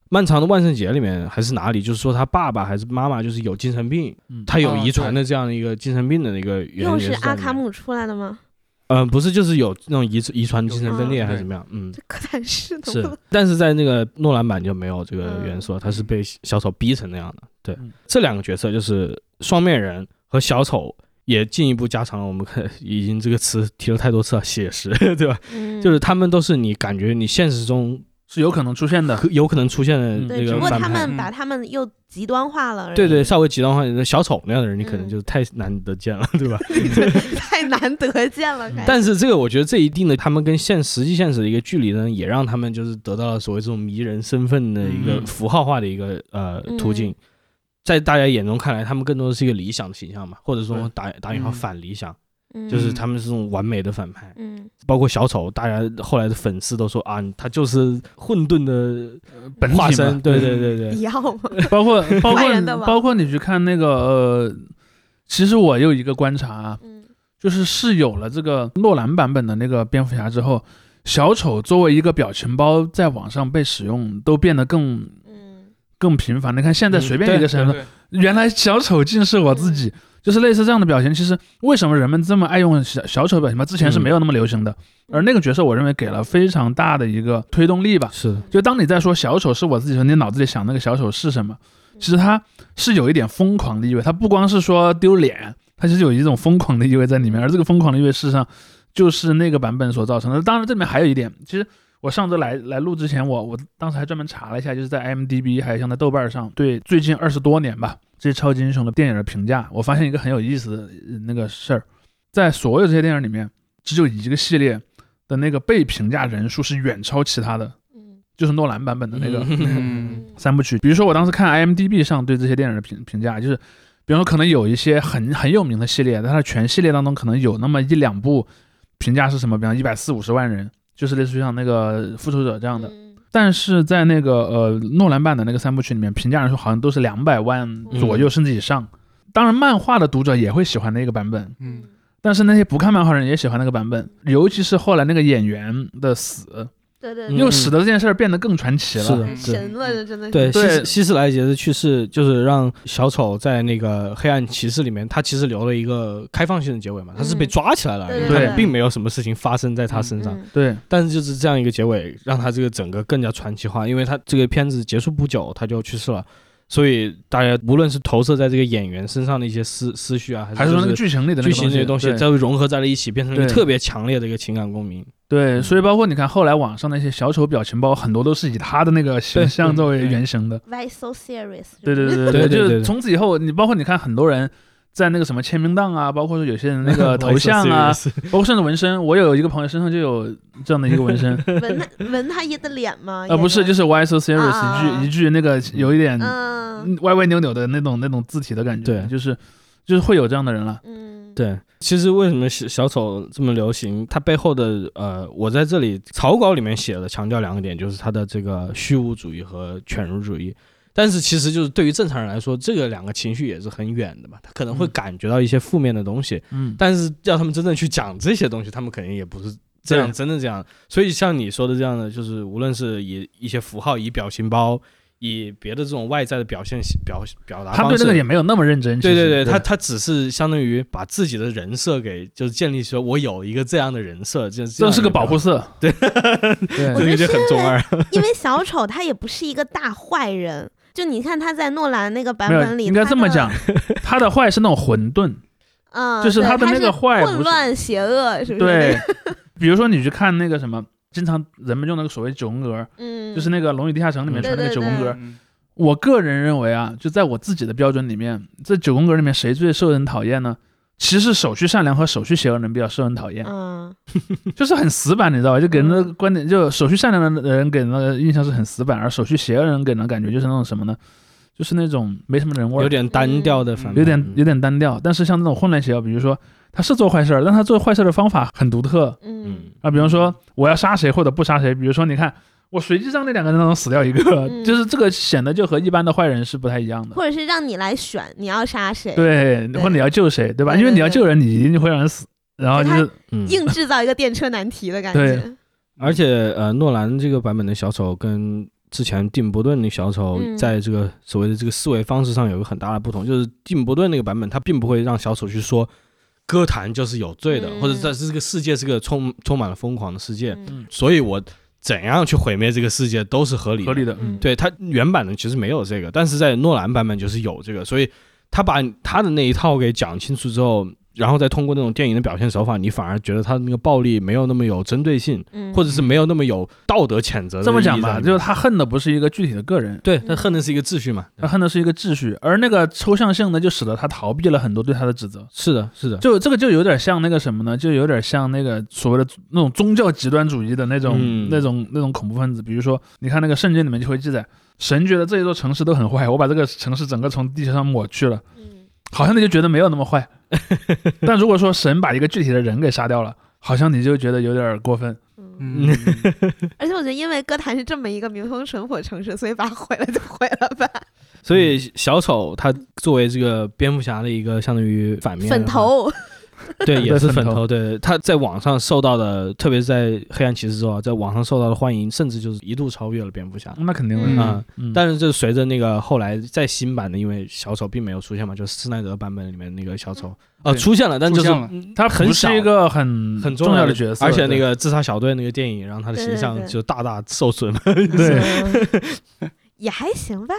Speaker 1: 漫长的万圣节》里面还是哪里，就是说他爸爸还是妈妈就是有精神病，
Speaker 3: 嗯
Speaker 1: 他有
Speaker 4: 哦
Speaker 1: 遗传的这样的一个精神病的一个原因
Speaker 2: 又
Speaker 1: 也
Speaker 2: 是
Speaker 1: 在
Speaker 2: 阿
Speaker 1: 里
Speaker 2: 卡
Speaker 1: 面，
Speaker 2: 姆出来的吗？
Speaker 1: 嗯，不是，就是有那种遗遗传精神分裂
Speaker 2: 啊
Speaker 4: 有
Speaker 1: 还是怎么样，嗯。
Speaker 2: 这可惨是
Speaker 1: *laughs*
Speaker 2: 的，
Speaker 1: 是，但是在那个诺兰版就没有这个元素，
Speaker 2: 嗯
Speaker 1: 他是被小丑逼成那样的。对，
Speaker 3: 嗯
Speaker 1: 这两个角色就是双面人和小丑，也进一步加强了我们看已经这个词提了太多次了，写实， *laughs* 对吧？
Speaker 2: 嗯
Speaker 1: 就是他们都是你感觉你现实中
Speaker 3: 是有可能出现的，
Speaker 1: 可有可能出现的
Speaker 3: 嗯
Speaker 1: 那
Speaker 2: 对，只
Speaker 1: 个
Speaker 2: 不过
Speaker 1: 反
Speaker 2: 他
Speaker 1: 派。
Speaker 2: 们把他们又极端化了而已，
Speaker 1: 对
Speaker 2: *laughs*
Speaker 1: 对，稍微极端化，小丑那样的人，你可能
Speaker 2: 嗯
Speaker 1: 就太难得见了，对吧？
Speaker 2: 太难得见了。感觉
Speaker 1: 但是这个，我觉得这一定的他们跟现实际现实的一个距离呢，也让他们就是得到了所谓这种迷人身份的一个
Speaker 3: 嗯
Speaker 1: 符号化的一个、呃
Speaker 2: 嗯
Speaker 1: 途径，在大家眼中看来，他们更多的是一个理想的形象嘛，或者说
Speaker 3: 对
Speaker 1: 打打引号
Speaker 4: 嗯
Speaker 1: 反理想，
Speaker 2: 嗯
Speaker 1: 就是他们是这种完美的反派，
Speaker 2: 嗯，
Speaker 1: 包括小丑，大家后来的粉丝都说啊，他就是混沌的
Speaker 3: 本体嘛
Speaker 1: 化身，对对对
Speaker 2: 你
Speaker 1: 对，
Speaker 2: 要吗？
Speaker 3: *laughs* 包括包
Speaker 2: 坏人的
Speaker 3: 括
Speaker 2: 吧
Speaker 3: 包括你去看那个呃，其实我有一个观察啊，
Speaker 2: 嗯，
Speaker 3: 就是是有了这个诺兰版本的那个蝙蝠侠之后，小丑作为一个表情包在网上被使用，都变得更
Speaker 1: *laughs*
Speaker 2: 嗯，
Speaker 3: 更频繁。你看现在
Speaker 1: 嗯
Speaker 3: 随便一个身份，原来小丑竟是我自
Speaker 2: 嗯
Speaker 3: 己，就是类似这样的表情。其实为什么人们这么爱用小小丑表情包？之前是
Speaker 1: 嗯
Speaker 3: 没有那么流行的，而那个角色我认为给了非常大的一个推动力吧。
Speaker 1: 是
Speaker 2: 嗯
Speaker 1: 的，
Speaker 3: 就当你在说小丑是我自己的时候，你脑子里想那个小丑是什么？
Speaker 2: 嗯
Speaker 3: 其实它是有一点疯狂的意味，它不光是说丢脸，它其实有一种疯狂的意味在里面。而这个疯狂的意味，事实上就是那个版本所造成的。当然，这里面还有一点，其实我上周来来录之前，我我当时还专门查了一下，就是在 IMDB 还有像在豆瓣上对最近二十多年吧这些超级英雄的电影的评价，我发现一个很有意思的呃那个事儿，在所有这些电影里面，只有一个系列的那个被评价人数是远超其他的。
Speaker 2: 嗯
Speaker 3: 就是诺兰版本的那
Speaker 1: *laughs*
Speaker 3: 个
Speaker 4: 嗯
Speaker 3: 三部曲。比如说，我当时看 IMDB 上对这些电影的评评价，就是，比方说可能有一些很很有名的系列，但它全系列当中可能有那么一两部评价是什么，比方一百四五十万人，就是类似于像那个《复仇者》这
Speaker 2: 这
Speaker 3: 样的。
Speaker 2: 嗯
Speaker 3: 但是在那个呃诺兰版的那个三部曲里面，评价人数好像都是两百万
Speaker 1: 嗯
Speaker 3: 左右甚至以上。当然，漫画的读者也会喜欢那个版本，
Speaker 4: 嗯
Speaker 3: 但是那些不看漫画的人也喜欢那个版本，尤其是后来那个演员的死，
Speaker 2: 对对
Speaker 1: 嗯
Speaker 2: 对，
Speaker 3: 又使得这件事儿变得更传奇了。
Speaker 1: 是的
Speaker 2: 太神了，这真的是
Speaker 1: 对，希
Speaker 3: 对
Speaker 1: 斯希斯莱杰的去世就是让小丑在那个黑暗骑士里面，他其实留了一个开放性的结尾嘛，他是被
Speaker 2: 嗯
Speaker 1: 抓起来了而已，
Speaker 3: 对对
Speaker 1: 他并没有什么事情发生在他身上。
Speaker 2: 嗯
Speaker 3: 对，
Speaker 1: 但是就是这样一个结尾，让他这个整个更加传奇化，因为他这个片子结束不久他就去世了，所以大家无论是投射在这个演员身上的一些思思绪啊，
Speaker 3: 还
Speaker 1: 是就
Speaker 3: 是说
Speaker 1: 是
Speaker 3: 那个剧情里的那
Speaker 1: 剧
Speaker 3: 个
Speaker 1: 情这些东西，
Speaker 3: 对
Speaker 1: 再融合在了一起，变成一个
Speaker 3: 对
Speaker 1: 特别强烈的一个情感共鸣。
Speaker 3: 对，所以包括你看后来网上那些小丑表情包，很多都是以他的那个形象作为原型的。
Speaker 2: Why so serious？
Speaker 3: 对对
Speaker 1: 对
Speaker 3: 对
Speaker 1: 对对对
Speaker 3: 就是从此以后，你包括你看很多人在那个什么签名档啊，包括说有些人
Speaker 1: *laughs*
Speaker 3: 那个头像啊，包括甚至纹身，我有一个朋友身上就有这样的一个
Speaker 1: *laughs*
Speaker 3: 纹身，
Speaker 2: 闻他闻他爷的脸吗？
Speaker 1: 哎啊
Speaker 3: 呃，不是，就是是 Why so serious
Speaker 2: 啊
Speaker 3: 一句一句那个有一点
Speaker 2: 嗯，嗯
Speaker 3: 歪歪扭扭的那种那种字体的感觉，
Speaker 1: 对
Speaker 3: 就是就是会有这样的人了。
Speaker 2: 嗯，
Speaker 1: 对，其实为什么小小丑这么流行？它背后的呃，我在这里草稿里面写了，强调两个点，就是它的这个虚无主义和犬儒主义。但是其实就是对于正常人来说，这个两个情绪也是很远的嘛，他可能会
Speaker 3: 嗯
Speaker 1: 感觉到一些负面的东西，
Speaker 3: 嗯，
Speaker 1: 但是要他们真正去讲这些东西，他们肯定也不是这样，
Speaker 3: 对
Speaker 1: 真的这样。所以像你说的这样的，就是无论是以一些符号、以表情包、以别的这种外在的表现表表达
Speaker 3: 他
Speaker 1: 方
Speaker 3: 对
Speaker 1: 式，
Speaker 3: 这个也没有那么认真。
Speaker 1: 对
Speaker 3: 其实
Speaker 1: 对对，他他只是相当于把自己的人设给就是建立说，我有一个这样的人设，就这
Speaker 3: 这
Speaker 1: 样
Speaker 3: 是
Speaker 1: 一
Speaker 3: 个保护，色，对对
Speaker 2: 我觉
Speaker 1: 这个就
Speaker 2: 得
Speaker 1: 很中二。
Speaker 3: *laughs*
Speaker 2: 因为小丑他也不是一个大坏人，就你看他在诺兰那个版
Speaker 3: 没有
Speaker 2: 本里，
Speaker 3: 应该
Speaker 2: 他
Speaker 3: 这
Speaker 2: 的
Speaker 3: 么
Speaker 2: *laughs*
Speaker 3: 讲，，他的坏是那种混沌，
Speaker 2: 嗯，
Speaker 3: 就是
Speaker 2: 对
Speaker 3: 他
Speaker 2: 他
Speaker 3: 的那个
Speaker 2: 是
Speaker 3: 坏不
Speaker 2: 混
Speaker 3: 是
Speaker 2: 乱、邪恶，是不是？
Speaker 3: 对，比如说你去看那个什么，经常人们用那个所谓九宫格，
Speaker 2: 嗯，
Speaker 3: 就是那个《龙与地下城》里面
Speaker 4: 嗯
Speaker 3: 穿那个
Speaker 2: 对对
Speaker 3: 九宫
Speaker 2: 对
Speaker 3: 格。我个人认为啊，就在我自己的标准里面，这九宫格里面谁最受人讨厌呢？其实手续善良和手续邪恶人比较受人讨厌，
Speaker 2: 嗯，
Speaker 3: 就是很死板，你知道吧？就给人的观点，就手续善良的人给人的印象是很死板，而手续邪恶人给人的感觉就是那种什么呢？就是那种没什么人味儿，
Speaker 1: *laughs* 有点单调的反派，
Speaker 3: 嗯有点有点单调。但是像这种混乱邪恶，比如说他是做坏事儿，但他做坏事儿的方法很独特
Speaker 2: 嗯
Speaker 1: 嗯，
Speaker 3: 啊，比方说我要杀谁或者不杀谁，比如说你看我随机让那两个人当中死掉一个，
Speaker 2: 嗯
Speaker 3: *laughs* 就是这个显得就和一般的坏人是不太一样的。
Speaker 2: 或者是让你来选你要杀谁，
Speaker 3: 对，
Speaker 2: 对
Speaker 3: 或者你要救谁，对吧？
Speaker 2: 对
Speaker 3: 因为
Speaker 2: 对
Speaker 3: 你要
Speaker 2: 对
Speaker 3: 救人，你一定会让人死。然后就是
Speaker 1: 嗯
Speaker 2: 硬制造一个电车难题的感
Speaker 3: 对
Speaker 2: 觉。
Speaker 1: 而且呃，诺兰这个版本的小丑跟之前蒂姆·伯顿的小丑
Speaker 2: 嗯
Speaker 1: 在这个所谓的这个思维方式上有一个很大的不同，就是蒂姆·伯顿那个版本，他并不会让小丑去说歌坛就是有罪的，
Speaker 2: 嗯
Speaker 1: 或者在这个世界是个充充满了疯狂的世界，
Speaker 2: 嗯
Speaker 1: 所以我怎样去毁灭这个世界都是合理的
Speaker 3: 合理的，嗯
Speaker 2: 嗯
Speaker 1: 对他原版的其实没有这个，但是在诺兰版本就是有这个，所以他把他的那一套给讲清楚之后，然后再通过那种电影的表现手法，你反而觉得他的那个暴力没有那么有针对性，
Speaker 2: 嗯，
Speaker 1: 或者是没有那么有道德谴责的意义在里面。
Speaker 3: 这么讲吧，就是他恨的不是一个具体的个人，
Speaker 1: 对他恨的是一个秩序嘛。
Speaker 3: 他恨的是一个秩序，而那个抽象性呢，就使得他逃避了很多对他的指责。
Speaker 1: 是的，是的，
Speaker 3: 就这个就有点像那个什么呢？就有点像那个所谓的那种宗教极端主义的那种、
Speaker 1: 嗯
Speaker 3: 那种那种恐怖分子。比如说，你看那个圣经里面就会记载，神觉得这一座城市都很坏，我把这个城市整个从地球上抹去了，
Speaker 2: 嗯
Speaker 3: 好像你就觉得没有那么
Speaker 1: *laughs*
Speaker 3: 坏。但如果说神把一个具体的人给杀掉了，好像你就觉得有点过分。
Speaker 2: 嗯，
Speaker 4: 嗯，
Speaker 2: 而且我觉得，因为歌坛是这么一个民风淳朴的城市，所以把它毁了就毁了
Speaker 3: *laughs*
Speaker 2: 吧。
Speaker 1: 所以小丑他作为这个蝙蝠侠的一个相当于反面的话啊
Speaker 2: 粉，头，
Speaker 1: 对，也是
Speaker 3: 对
Speaker 1: 粉
Speaker 3: 粉
Speaker 1: 头，
Speaker 3: 头
Speaker 1: 对，他在网上受到的，特别是在黑暗骑士之后啊，在网上受到的欢迎，甚至就是一度超越了蝙蝠侠。
Speaker 3: 那肯定的
Speaker 2: 嗯
Speaker 1: 啊
Speaker 3: 嗯
Speaker 1: 但是这随着那个后来在新版的，因为小丑并没有出现嘛，就是斯奈德版本里面那个小丑啊
Speaker 2: 嗯
Speaker 4: 对
Speaker 1: 出现了，但就是
Speaker 4: 出现了
Speaker 1: 嗯
Speaker 3: 他
Speaker 1: 很
Speaker 3: 不
Speaker 1: 少
Speaker 3: 是一个很
Speaker 1: 很
Speaker 3: 嗯重要
Speaker 1: 的
Speaker 3: 的角色，
Speaker 1: 而且那
Speaker 3: 对
Speaker 1: 个自杀小队那个电影让他的
Speaker 2: 对
Speaker 1: 形
Speaker 2: 对
Speaker 1: 象
Speaker 2: 对
Speaker 1: 就大大受损嘛。
Speaker 3: 对。 *laughs*
Speaker 2: 嗯也还行吧。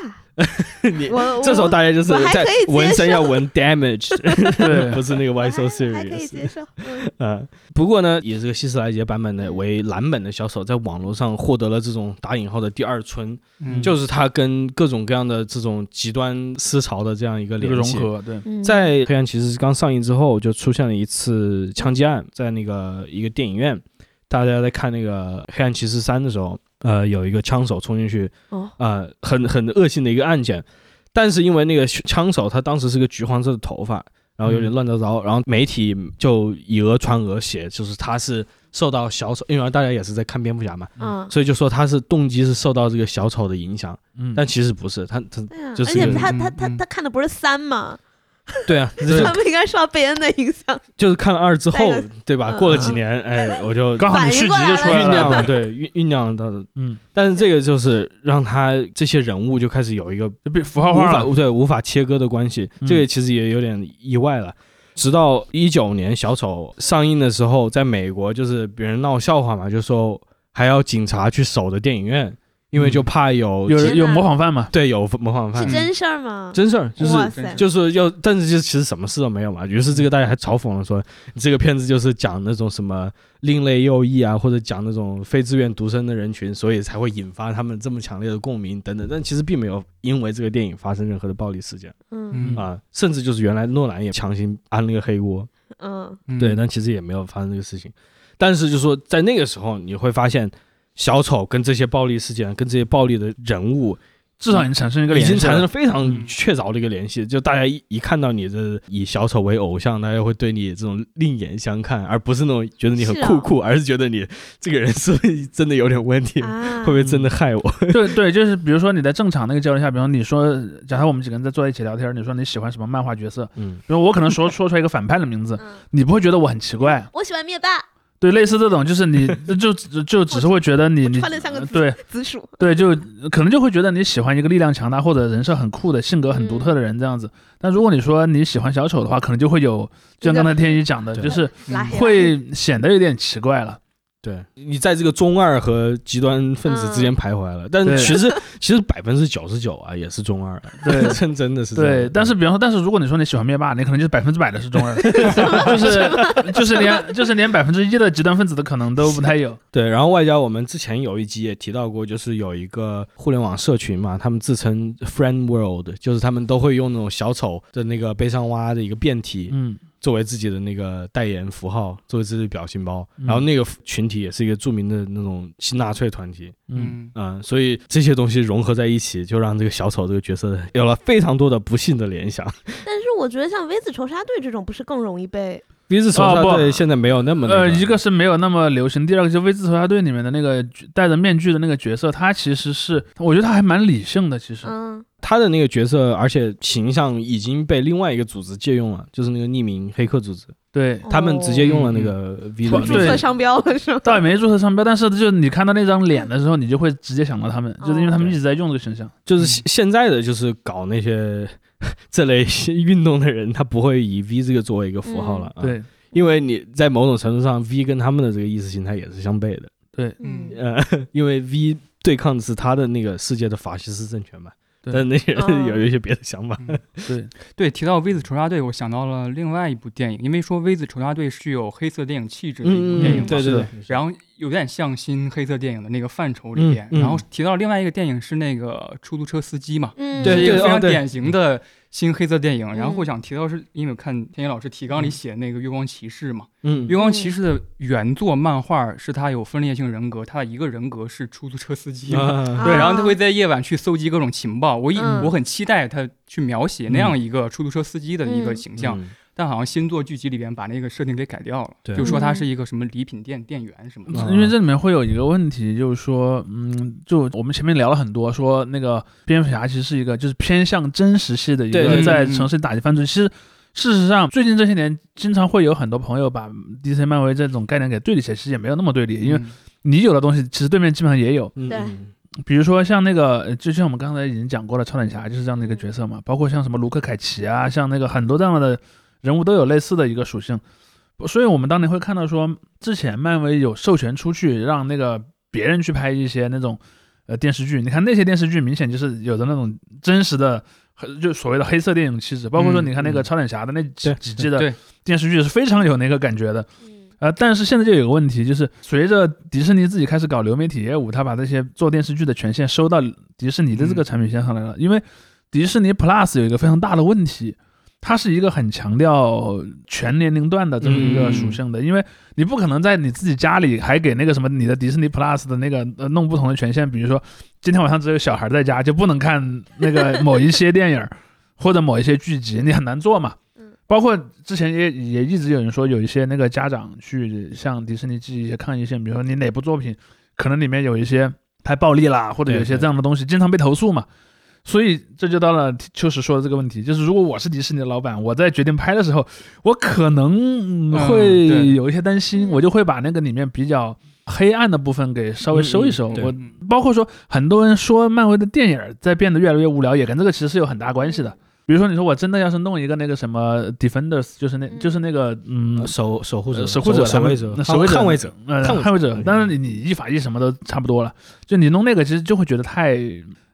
Speaker 1: 你
Speaker 2: 我
Speaker 1: 这时候
Speaker 2: 我
Speaker 1: 大家就是
Speaker 2: 我还
Speaker 1: 在
Speaker 2: 可以接
Speaker 1: 纹身
Speaker 2: 受
Speaker 1: 要纹
Speaker 3: *laughs*
Speaker 1: damage，
Speaker 3: 对
Speaker 1: 不是那个
Speaker 2: 我
Speaker 1: why
Speaker 2: 还
Speaker 1: so
Speaker 2: 还可以
Speaker 1: serious。
Speaker 2: 接受。嗯
Speaker 1: 嗯，不过呢，以这个希斯莱杰版本的为蓝本的小丑，在网络上获得了这种打引号的第二春，
Speaker 4: 嗯
Speaker 1: 就是他跟各种各样的这种极端思潮的这样一个
Speaker 3: 这
Speaker 1: 联
Speaker 3: 个融
Speaker 1: 系。
Speaker 3: 合，对，
Speaker 2: 嗯，
Speaker 1: 在《黑暗骑士》刚上映之后，就出现了一次枪击案，在那个一个电影院，大家在看那个《黑暗骑士三》的时候，呃，有一个枪手冲进去，
Speaker 2: 哦，
Speaker 1: 呃，很很恶性的一个案件，但是因为那个枪手他当时是个橘黄色的头发，然后有点乱糟糟，然后媒体就以讹传讹写，就是他是受到小丑，因为大家也是在看蝙蝠侠嘛，
Speaker 2: 嗯，
Speaker 1: 所以就说他是动机是受到这个小丑的影响，
Speaker 3: 嗯，
Speaker 1: 但其实不是，他他
Speaker 2: 对啊，
Speaker 1: 就
Speaker 2: 而
Speaker 1: 是
Speaker 2: 且
Speaker 1: 一个
Speaker 2: 他他他
Speaker 4: 嗯嗯
Speaker 2: 他看的不是三吗？
Speaker 1: 对
Speaker 2: *laughs*
Speaker 1: 啊， *laughs* 就
Speaker 2: 他
Speaker 1: 是
Speaker 2: 们应该受到贝恩的影响。
Speaker 1: 就是看了二之后
Speaker 2: 那个，
Speaker 1: 对吧？
Speaker 2: 嗯
Speaker 1: 过了几年，
Speaker 2: *laughs*
Speaker 1: 哎，我就
Speaker 3: 刚好你
Speaker 2: 反应
Speaker 3: 续集
Speaker 2: 过来
Speaker 3: 就
Speaker 2: 了
Speaker 3: 出来
Speaker 1: 酝酿
Speaker 3: 了，
Speaker 1: 了，对，嗯酝酝酿到，
Speaker 3: 嗯，
Speaker 1: 但是这个就是让他这些人物就开始有一个
Speaker 3: 就被符号
Speaker 1: 无
Speaker 3: 化
Speaker 1: 法
Speaker 3: 了，
Speaker 1: 对无法切割的关系，
Speaker 3: 嗯
Speaker 1: 这个其实也有点意外了。直到一九年《小丑》上映的时候，在美国就是别人闹笑话嘛，就说还要警察去守着电影院，因为就怕有
Speaker 3: 有
Speaker 1: 其
Speaker 2: 天
Speaker 3: 有
Speaker 2: 哪
Speaker 3: 模仿犯嘛，
Speaker 1: 对有模仿
Speaker 2: 是
Speaker 1: 犯，
Speaker 2: 真事儿吗？
Speaker 1: 真事儿就是。
Speaker 2: 哇塞，
Speaker 1: 就是要，但是就其实什么事都没有嘛。于是这个大家还嘲讽了说，这个片子就是讲那种什么另类右翼啊，或者讲那种非自愿独身的人群，所以才会引发他们这么强烈的共鸣等等。但其实并没有因为这个电影发生任何的暴力事件。
Speaker 2: 嗯
Speaker 4: 嗯
Speaker 1: 啊，甚至就是原来诺兰也强行安了个黑锅，
Speaker 4: *laughs*
Speaker 2: 嗯
Speaker 4: 嗯
Speaker 1: 对，但其实也没有发生这个事情。但是就说在那个时候，你会发现小丑跟这些暴力事件、跟这些暴力的人物
Speaker 3: 至少你产生一个
Speaker 1: 已
Speaker 3: 联系
Speaker 1: 经
Speaker 3: 了，
Speaker 1: 产生了非常
Speaker 3: 嗯
Speaker 1: 确凿的一个联系，就大家一一看到你这以小丑为偶像，大家会对你这种另眼相看，而不是那种觉得你很
Speaker 2: 是啊
Speaker 1: 酷酷，而是觉得你这个人是不是真的有点问题，
Speaker 2: 啊
Speaker 1: 会不，会真的害我？
Speaker 3: 对对，就是比如说你在正常那个交流下，比方你说，假设我们几个人在坐在一起聊天，你说你喜欢什么漫画角色，
Speaker 1: *laughs* 嗯，
Speaker 3: 比如我可能说说出来一个反派
Speaker 2: *laughs*
Speaker 3: 的名字，
Speaker 2: 嗯，
Speaker 3: 你不会觉得我很奇怪，
Speaker 2: 我喜欢灭霸，
Speaker 3: 对，类似这种就是
Speaker 1: *laughs*
Speaker 3: 你就就就只是会觉得你
Speaker 2: 我
Speaker 3: 你呃
Speaker 2: 穿的像个紫 *laughs*
Speaker 3: 对
Speaker 2: 紫薯，
Speaker 3: 对，就可能就会觉得你喜欢一个力量强大或者人设很酷的性格
Speaker 2: 嗯
Speaker 3: 很独特的人这样子。但如果你说你喜欢小丑的话，可能就会有，就像刚才天一讲的，
Speaker 1: 对
Speaker 3: 就是
Speaker 2: 拉黑了
Speaker 3: 会显得有点奇怪了。
Speaker 1: 对你在这个中二和极端分子之
Speaker 2: 嗯
Speaker 1: 间徘徊了，但
Speaker 3: 对
Speaker 1: 其实其实百分之九十九啊 *laughs* 也是中二，
Speaker 3: 对
Speaker 1: 真真的是这样
Speaker 3: 对，但是比方说，但是如果你说你喜欢灭霸，你可能就是百分之百的是中二， *laughs* 就是就是连就是连百分之一的极端分子的可能都不太有。
Speaker 1: 对，然后外加我们之前有一集也提到过，就是有一个互联网社群嘛，他们自称 Friend World，就是他们都会用那种小丑的那个悲伤蛙的一个变体
Speaker 3: 嗯，
Speaker 1: 作为自己的那个代言符号，作为自己的表情包。
Speaker 3: 嗯
Speaker 1: 然后那个群体也是一个著名的那种新纳粹团体，
Speaker 3: 嗯，
Speaker 1: 嗯，所以这些东西融合在一起，就让这个小丑这个角色有了非常多的不幸的联想。
Speaker 2: 但是我觉得像 V 字仇杀队这种不是更容易被
Speaker 1: 鼻子仇杀
Speaker 3: 哦不
Speaker 1: 队现在没有那么那
Speaker 3: 呃，一个是没有那么流行，第二个就是《V 字仇杀队》里面的那个戴着面具的那个角色，他其实是我觉得他还蛮理性的，其实。
Speaker 2: 嗯
Speaker 1: 他的那个角色，而且形象已经被另外一个组织借用了，就是那个匿名黑客组织。
Speaker 3: 对，
Speaker 1: 他们直接用了那个 V 的
Speaker 3: 嗯
Speaker 2: 注
Speaker 1: 名
Speaker 2: 册
Speaker 1: 字
Speaker 3: 对
Speaker 2: 商标了是吗？
Speaker 3: 倒也没注册商标，但是就是你看到那张脸的时候，你就会直接想到他们，就是因为他
Speaker 1: 哦
Speaker 3: 们一直在用这个形象。
Speaker 1: 就是现现在的就是搞那些这类 *laughs* 运动的人，他不会以 V 这个作为一个符号了、啊，，
Speaker 3: 对
Speaker 1: 因为你在某种程度上，V 跟他们的这个意识形态也是相悖的，
Speaker 3: 对，
Speaker 4: 嗯
Speaker 1: 呃， *laughs* 因为 V 对抗的是他的那个世界的法西斯政权嘛，
Speaker 3: 对
Speaker 1: 但那些人
Speaker 2: 嗯
Speaker 1: 有一些别的想法，
Speaker 3: 对，
Speaker 4: 对，提到 V 字仇杀队，我想到了另外一部电影，因为说 V 字仇杀队是有黑色电影气质的一部
Speaker 1: 嗯，
Speaker 4: 电影
Speaker 1: 嗯
Speaker 4: 嘛，
Speaker 1: 对对对，
Speaker 4: 然后有点像新黑色电影的那个范畴里边。
Speaker 1: 嗯嗯
Speaker 4: 然后提到另外一个电影是那个出租车司机嘛，
Speaker 2: 嗯，
Speaker 1: 对
Speaker 4: 是一
Speaker 1: 对
Speaker 4: 个非
Speaker 1: 哦
Speaker 4: 常
Speaker 1: 对
Speaker 4: 典型的新黑色电影。然后
Speaker 2: 嗯
Speaker 4: 我想提到是因为我看天野老师提纲里写那个《月光骑士》嘛，
Speaker 1: 嗯
Speaker 4: 《月，光
Speaker 2: 嗯
Speaker 4: 骑士》的原作漫画是他有分裂性人格，他的一个人格是出租车司机嘛。
Speaker 1: 啊
Speaker 2: 啊
Speaker 4: *laughs* 对，然后他会在夜晚去搜集各种情报。我一、
Speaker 2: 嗯
Speaker 4: 我很期待他去描写那样一个出租车司机的一个
Speaker 2: 嗯
Speaker 4: 形象，
Speaker 1: 嗯
Speaker 4: 但好像新作剧集里边把那个设定给改掉了，
Speaker 1: 对
Speaker 4: 就说他
Speaker 2: 嗯
Speaker 4: 是一个什么礼品店店员什么的。
Speaker 1: 啊
Speaker 3: 因为这里面会有一个问题，就是说，嗯，就我们前面聊了很多，说那个蝙蝠侠其实是一个就是偏向真实系的一
Speaker 1: 对
Speaker 3: 个
Speaker 1: 对对
Speaker 3: 在
Speaker 4: 嗯
Speaker 3: 城市打击犯罪。其实事实上，最近这些年，经常会有很多朋友把 DC 漫威这种概念给对立起来，其实也没有那么对立，因为
Speaker 4: 嗯
Speaker 3: 你有的东西，其实对面基本上也有。
Speaker 1: 嗯
Speaker 2: 对
Speaker 1: 嗯
Speaker 3: 比如说像那个，呃就像我们刚才已经讲过了，超人侠就是这样的一个角色嘛，包括像什么卢克凯奇啊，像那个很多这样的人物都有类似的一个属性，所以我们当年会看到说，之前漫威有授权出去让那个别人去拍一些那种呃电视剧，你看那些电视剧明显就是有的那种真实的。很就所谓的黑色电影气质，包括说
Speaker 4: 嗯
Speaker 3: 你看那个
Speaker 1: 嗯
Speaker 3: 超人侠的那几
Speaker 1: 对
Speaker 3: 几季的
Speaker 4: 对
Speaker 3: 电视剧是非常有那个感觉的，
Speaker 2: 嗯
Speaker 3: 呃，但是现在就有个问题，就是随着迪士尼自己开始搞流媒体业务，他把这些做电视剧的权限收到迪士尼的这个产品线上来了。因为迪士尼 Plus 有一个非常大的问题，它是一个很强调全年龄段的这么一个属性的，因为你不可能在你自己家里还给那个什么你的迪士尼 Plus 的那个呃弄不同的权限，比如说今天晚上只有小孩在家就不能看那个某一些电影儿或者某一些剧集，你很难做嘛。包括之前也也一直有人说，有一些那个家长去向迪士尼寄一些抗议信，比如说你哪部作品可能里面有一些太暴力啦，或者有一些这样的东西，经常被投诉嘛。所以这就到了秋实说的这个问题，就是如果我是迪士尼的老板，我在决定拍的时候，我可能嗯
Speaker 4: 嗯
Speaker 3: 会
Speaker 4: 对
Speaker 3: 有一些担
Speaker 1: 嗯
Speaker 3: 心，我就会把那个里面比较黑暗的部分给稍微收一收。
Speaker 1: 嗯嗯对
Speaker 3: 我包括说，很多人说漫威的电影儿在变得越来越无聊，也跟这个其实是有很大关系的。比如说，你说我真的要是弄一个那个什么 Defenders，就是那、
Speaker 2: 嗯
Speaker 3: 就是那个嗯
Speaker 1: 嗯，守守护者、
Speaker 3: 呃守护者
Speaker 1: 守卫者、
Speaker 3: 守卫者
Speaker 1: 捍卫者，
Speaker 3: 呃
Speaker 1: 捍卫者
Speaker 3: 捍卫者
Speaker 1: 嗯，
Speaker 3: 当然你你一法一什么都差不多了，就你弄那个其实就会觉得太。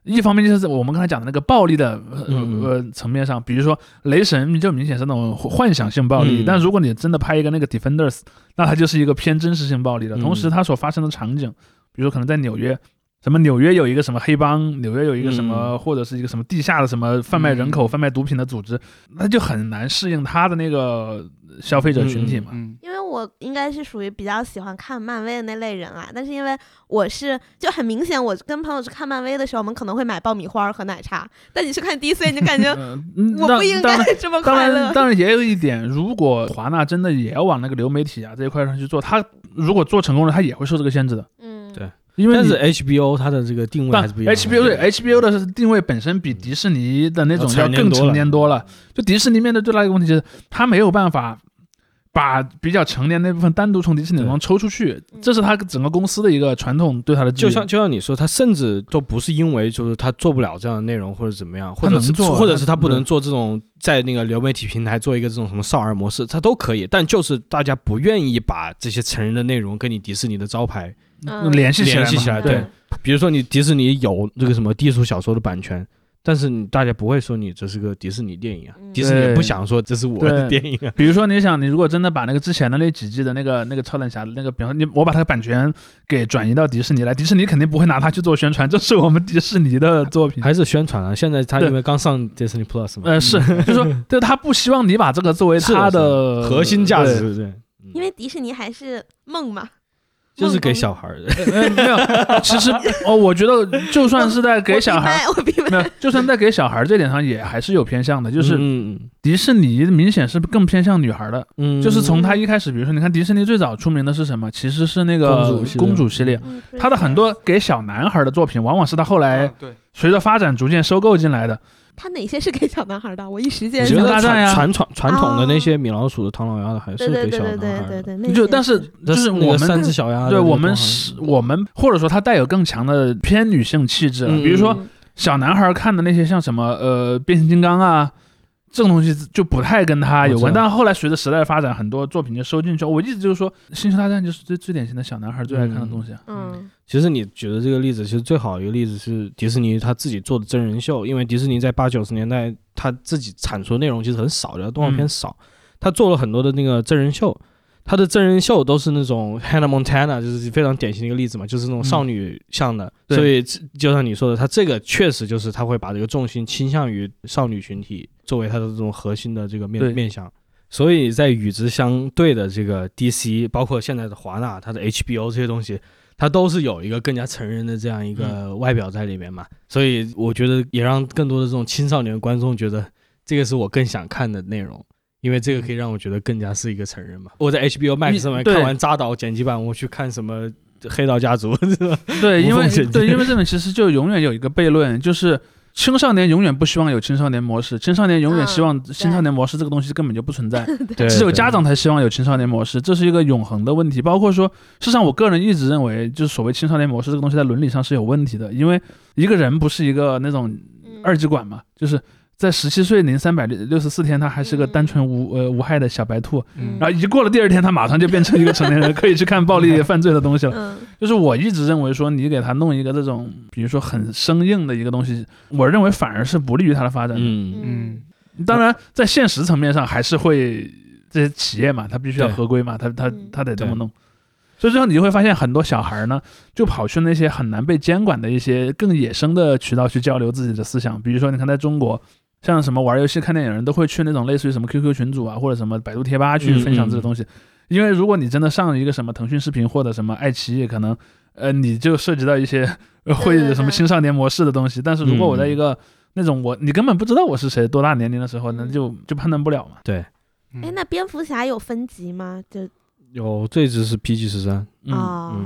Speaker 3: 一方面就是我们刚才讲的那个暴力的呃
Speaker 1: 嗯嗯
Speaker 3: 呃层面上，比如说雷神就明显是那种幻想性暴力，
Speaker 1: 嗯
Speaker 3: 但如果你真的拍一个那个 Defenders，那它就是一个偏真实性暴力的。
Speaker 1: 嗯
Speaker 3: 同时，它所发生的场景，比如说可能在纽约，什么纽约有一个什么黑帮，纽约有一个什
Speaker 1: 嗯
Speaker 3: 么、或者是一个什么地下的什么贩卖人口、
Speaker 4: 嗯
Speaker 3: 贩卖毒品的组织，那就很难适应它的那个消费者群体嘛。
Speaker 4: 嗯，
Speaker 2: 因为我应该是属于比较喜欢看漫威的那类人啊啦，但是因为我是就很明显，我跟朋友去看漫威的时候，我们可能会买爆米花和奶茶，但你去看 DC，你就感觉
Speaker 3: 嗯，
Speaker 2: 我不应
Speaker 3: 当
Speaker 2: 该 *laughs* 这么
Speaker 3: 当
Speaker 2: 快乐
Speaker 3: 然，。当然也有一点，如果华纳真的也要往那个流媒体啊这一块上去做，他如果做成功了，他也会受这个限制的，
Speaker 2: 嗯，
Speaker 1: 对
Speaker 3: 因为
Speaker 1: 但
Speaker 3: 你
Speaker 1: 是 HBO 它的这定位
Speaker 3: 但
Speaker 1: 还是不一样的。
Speaker 3: HBO 对 HBO 的定位本身比迪士尼的那种
Speaker 1: 要
Speaker 3: 要
Speaker 1: 成年
Speaker 3: 更
Speaker 1: 多
Speaker 3: 成
Speaker 1: 了
Speaker 3: 年多了。就迪士尼面对最大的一个问题就是，他没有办法把比较成年那部分单独从迪士尼
Speaker 1: 对
Speaker 3: 中抽出去
Speaker 2: 嗯，
Speaker 3: 这是他整个公司的一个传统对他的制
Speaker 1: 就
Speaker 3: 约。
Speaker 1: 像就像你说，他甚至都不是因为就是他做不了这样的内容或者怎么样，或
Speaker 3: 他
Speaker 1: 者
Speaker 3: 能
Speaker 1: 是
Speaker 3: 做啊
Speaker 1: 或者是
Speaker 3: 他嗯
Speaker 1: 他不
Speaker 3: 对
Speaker 1: 能做这种在那个流媒体平台做一个这种什么少儿模式，他都可以，但就是大家不愿意把这些成人的内容跟你迪士尼的招牌，
Speaker 2: 嗯
Speaker 3: 联系起来嘛，
Speaker 1: 联系起来
Speaker 3: 哎对
Speaker 1: 对，比如说你迪士尼有这个什么低俗小说的版权。但是你大家不会说你这是个迪士尼电影啊，
Speaker 2: 嗯
Speaker 1: 迪士尼也不
Speaker 3: 对
Speaker 1: 想说这是我的
Speaker 3: 对
Speaker 1: 电影啊，
Speaker 3: 比如说，你想，你如果真的把那个之前的那几季的那个那个超人侠的那个，比方说你我把它的版权给转移到迪士尼来，迪士尼肯定不会拿它去做宣传，这是我们迪士尼的作品。
Speaker 1: 还是宣传啊。现在他
Speaker 3: 对
Speaker 1: 因为刚上 Disney Plus 嘛，
Speaker 3: 呃，是，就是 *laughs* 说，对他不希望你把这个作为
Speaker 1: 是的
Speaker 3: 呃他
Speaker 1: 是
Speaker 3: 的
Speaker 1: 核心价值，
Speaker 3: 对
Speaker 1: 对不对？
Speaker 2: 因为迪士尼还是梦嘛，
Speaker 1: 就是给
Speaker 2: 梦
Speaker 1: 小孩儿的，
Speaker 3: 呃没有，其实哦，我觉得就算是在给
Speaker 2: *laughs*
Speaker 3: 小孩，
Speaker 2: 我明白，我明
Speaker 3: *laughs* 没有
Speaker 2: 白，，
Speaker 3: 就算在给小孩这点上也还是有偏向的，就是
Speaker 1: 嗯嗯
Speaker 3: 迪士尼明显是更偏向女孩的，
Speaker 1: 嗯，
Speaker 3: 就是从他一开始，比如说你看迪士尼最早出名的是什么，其实是那个
Speaker 1: 公主系列
Speaker 3: 公主系列。
Speaker 2: 嗯
Speaker 3: 他的很多给小男孩的作品，往往是他后
Speaker 1: 嗯
Speaker 3: 来
Speaker 4: 对，
Speaker 3: 随着发展逐渐收购进来的。
Speaker 2: 他哪些是给小男孩的？我一时
Speaker 1: 我
Speaker 2: 间
Speaker 1: 觉
Speaker 3: 觉
Speaker 1: 得
Speaker 3: 得大战呀啊
Speaker 1: 传传传统的那
Speaker 2: 哦
Speaker 1: 些米老鼠的、唐老鸭的还
Speaker 2: 对
Speaker 1: 是
Speaker 2: 对
Speaker 1: 给
Speaker 2: 对
Speaker 1: 小
Speaker 2: 对
Speaker 1: 男
Speaker 2: 对
Speaker 1: 孩
Speaker 2: 对
Speaker 1: 的，
Speaker 2: 对，那
Speaker 3: 就
Speaker 2: 些嗯
Speaker 3: 但是就是
Speaker 1: 那个
Speaker 3: 我
Speaker 1: 三
Speaker 3: 们
Speaker 1: 只小鸭的那
Speaker 3: 对
Speaker 1: 个
Speaker 3: 我
Speaker 1: 光
Speaker 3: 们
Speaker 1: 环
Speaker 3: 是我们或者说它带有更强的偏女性气质了。啊
Speaker 1: 嗯
Speaker 3: 比如说
Speaker 2: 嗯
Speaker 3: 小男孩看的那些像什么呃变形金刚啊。这种东西就不太跟他有
Speaker 1: 我
Speaker 3: 关，
Speaker 1: 知道
Speaker 3: 但后来随着时代发展，很多作品就收进去。我一直就是说，《星球大战》就是最最典型的小男孩最爱看的东西。啊
Speaker 2: 嗯
Speaker 1: 其实你举的这个例子，其实最好一个例子是迪士尼他自己做的真人秀，因为迪士尼在八九十年代他自己产出的内容其实很少的，动画片
Speaker 3: 嗯
Speaker 1: 少，他做了很多的那个真人秀。他的真人秀都是那种 Hannah Montana，就是非常典型的一个例子嘛，就是那种少
Speaker 3: 嗯
Speaker 1: 女向的，
Speaker 3: 对
Speaker 1: 所以这就像你说的，他这个确实就是他会把这个重心倾向于少女群体作为他的这种核心的这个面
Speaker 3: 对
Speaker 1: 面向。所以在与之相对的这个 DC，包括现在的华纳，它的 HBO 这些东西，它都是有一个更加成人的这样一个外表在里面嘛。所以我觉得也让更多的这种青少年观众觉得这个是我更想看的内容。因为这个可以让我觉得更加是一个成人嘛。嗯我在 HBO Max
Speaker 3: 你
Speaker 1: 上面
Speaker 3: 对
Speaker 1: 看完《扎导》剪辑版，我去看什么《黑道家族》 *laughs* 是吧？
Speaker 3: *laughs* 对，因
Speaker 1: 无
Speaker 3: 为
Speaker 1: 缝衔接
Speaker 3: 对，因为这种其实就永远有一个悖论，就是青少年永远不希望有青少年模式，青少年永远希望青少年模式这个东西根本就不存在。
Speaker 1: 对
Speaker 3: 只有家长才希望有青少年模式，这是一个永恒的问题。包括说，事实上我个人一直认为，就是所谓青少年模式这个东西在伦理上是有问题的，因为一个人不是一个那种
Speaker 2: 嗯
Speaker 3: 二极管嘛，就是在十七岁零三百六十四天，他还是个单纯无呃无害的小白兔，
Speaker 4: 嗯
Speaker 3: 然后一过了第二天，他马上就变成一个成年人，可以去看暴力犯罪的东西了。
Speaker 2: 嗯
Speaker 3: 就是我一直认为说，你给他弄一个这种，比如说很生硬的一个东西，我认为反而是不利于他的发展的。
Speaker 1: 嗯，
Speaker 4: 嗯，
Speaker 3: 当然，在现实层面上还是会这些企业嘛，它必须要
Speaker 1: 对
Speaker 3: 合规嘛，它它
Speaker 2: 嗯
Speaker 3: 它得这么弄。所以最后你就会发现，很多小孩呢，就跑去那些很难被监管的一些更野生的渠道去交流自己的思想。比如说，你看在中国，像什么玩游戏、看电影人都会去那种类似于什么 QQ 群组啊，或者什么百度贴吧去分享这个东西。因为如果你真的上一个什么腾讯视频或者什么爱奇艺，可能呃你就涉及到一些 *laughs* 呃会有什么青少年模式的东西。但是如果我在一个那种我你根本不知道我是谁多大年龄的时候，那
Speaker 2: 嗯
Speaker 3: 就就判断不了嘛。
Speaker 4: 嗯
Speaker 2: 哎，那蝙蝠侠有分级吗？就
Speaker 1: 有最值是 PG 十三。
Speaker 3: 嗯，
Speaker 1: 嗯
Speaker 2: 哦，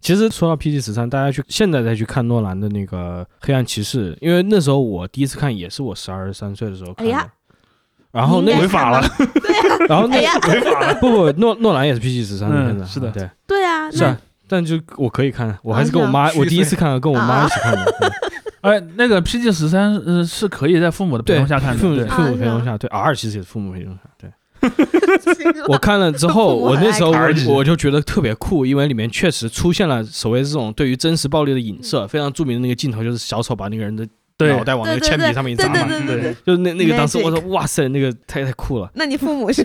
Speaker 1: 其实说到 PG 十三，大家去现在再去看诺兰的那个《黑暗骑士》，因为那时候我第一次看也是我十二三岁的时候看的。
Speaker 2: 哎呀
Speaker 1: 然后那
Speaker 2: 你应该
Speaker 1: 个
Speaker 2: 违法了，
Speaker 1: 然哦后那
Speaker 2: 哎呀，
Speaker 1: 违法了，不不，诺诺兰也是 PG 十三的
Speaker 3: 嗯
Speaker 1: 片子，
Speaker 3: 是的
Speaker 1: 对，
Speaker 2: 对啊，
Speaker 1: 是
Speaker 2: 那
Speaker 1: 啊，但就我可以看，我还是
Speaker 2: 啊
Speaker 1: 跟我妈，
Speaker 4: 是啊
Speaker 1: 我第一次看跟我妈一起看的，
Speaker 3: 哎，那个 PG 十三呃是可以在父母的陪
Speaker 1: 对，
Speaker 3: 同下看的，
Speaker 1: 父母
Speaker 3: 对
Speaker 1: 父母
Speaker 2: 啊
Speaker 1: 陪同
Speaker 2: 是
Speaker 1: 下，对 R 其实也是父母陪同下，对。
Speaker 2: *laughs* 行了
Speaker 1: 我看了之后，
Speaker 2: 父母
Speaker 1: 我
Speaker 2: 很
Speaker 1: 那
Speaker 2: 爱
Speaker 1: 时候
Speaker 3: 看儿子
Speaker 1: 我我就觉得特别酷，因为里面确实出现了所谓这种对于真实暴力的影
Speaker 2: 嗯
Speaker 1: 射，非常著名的那个镜头就是小丑把那个人的脑
Speaker 3: 对。
Speaker 1: 袋往那个
Speaker 2: 对对
Speaker 1: 铅笔
Speaker 2: 对
Speaker 1: 上面一
Speaker 2: 对
Speaker 1: 砸
Speaker 2: 对
Speaker 1: 嘛，
Speaker 2: 对对对，
Speaker 1: 就那那个当时
Speaker 2: Magic
Speaker 1: 我说哇塞，那个太太酷了。
Speaker 2: 那你父母是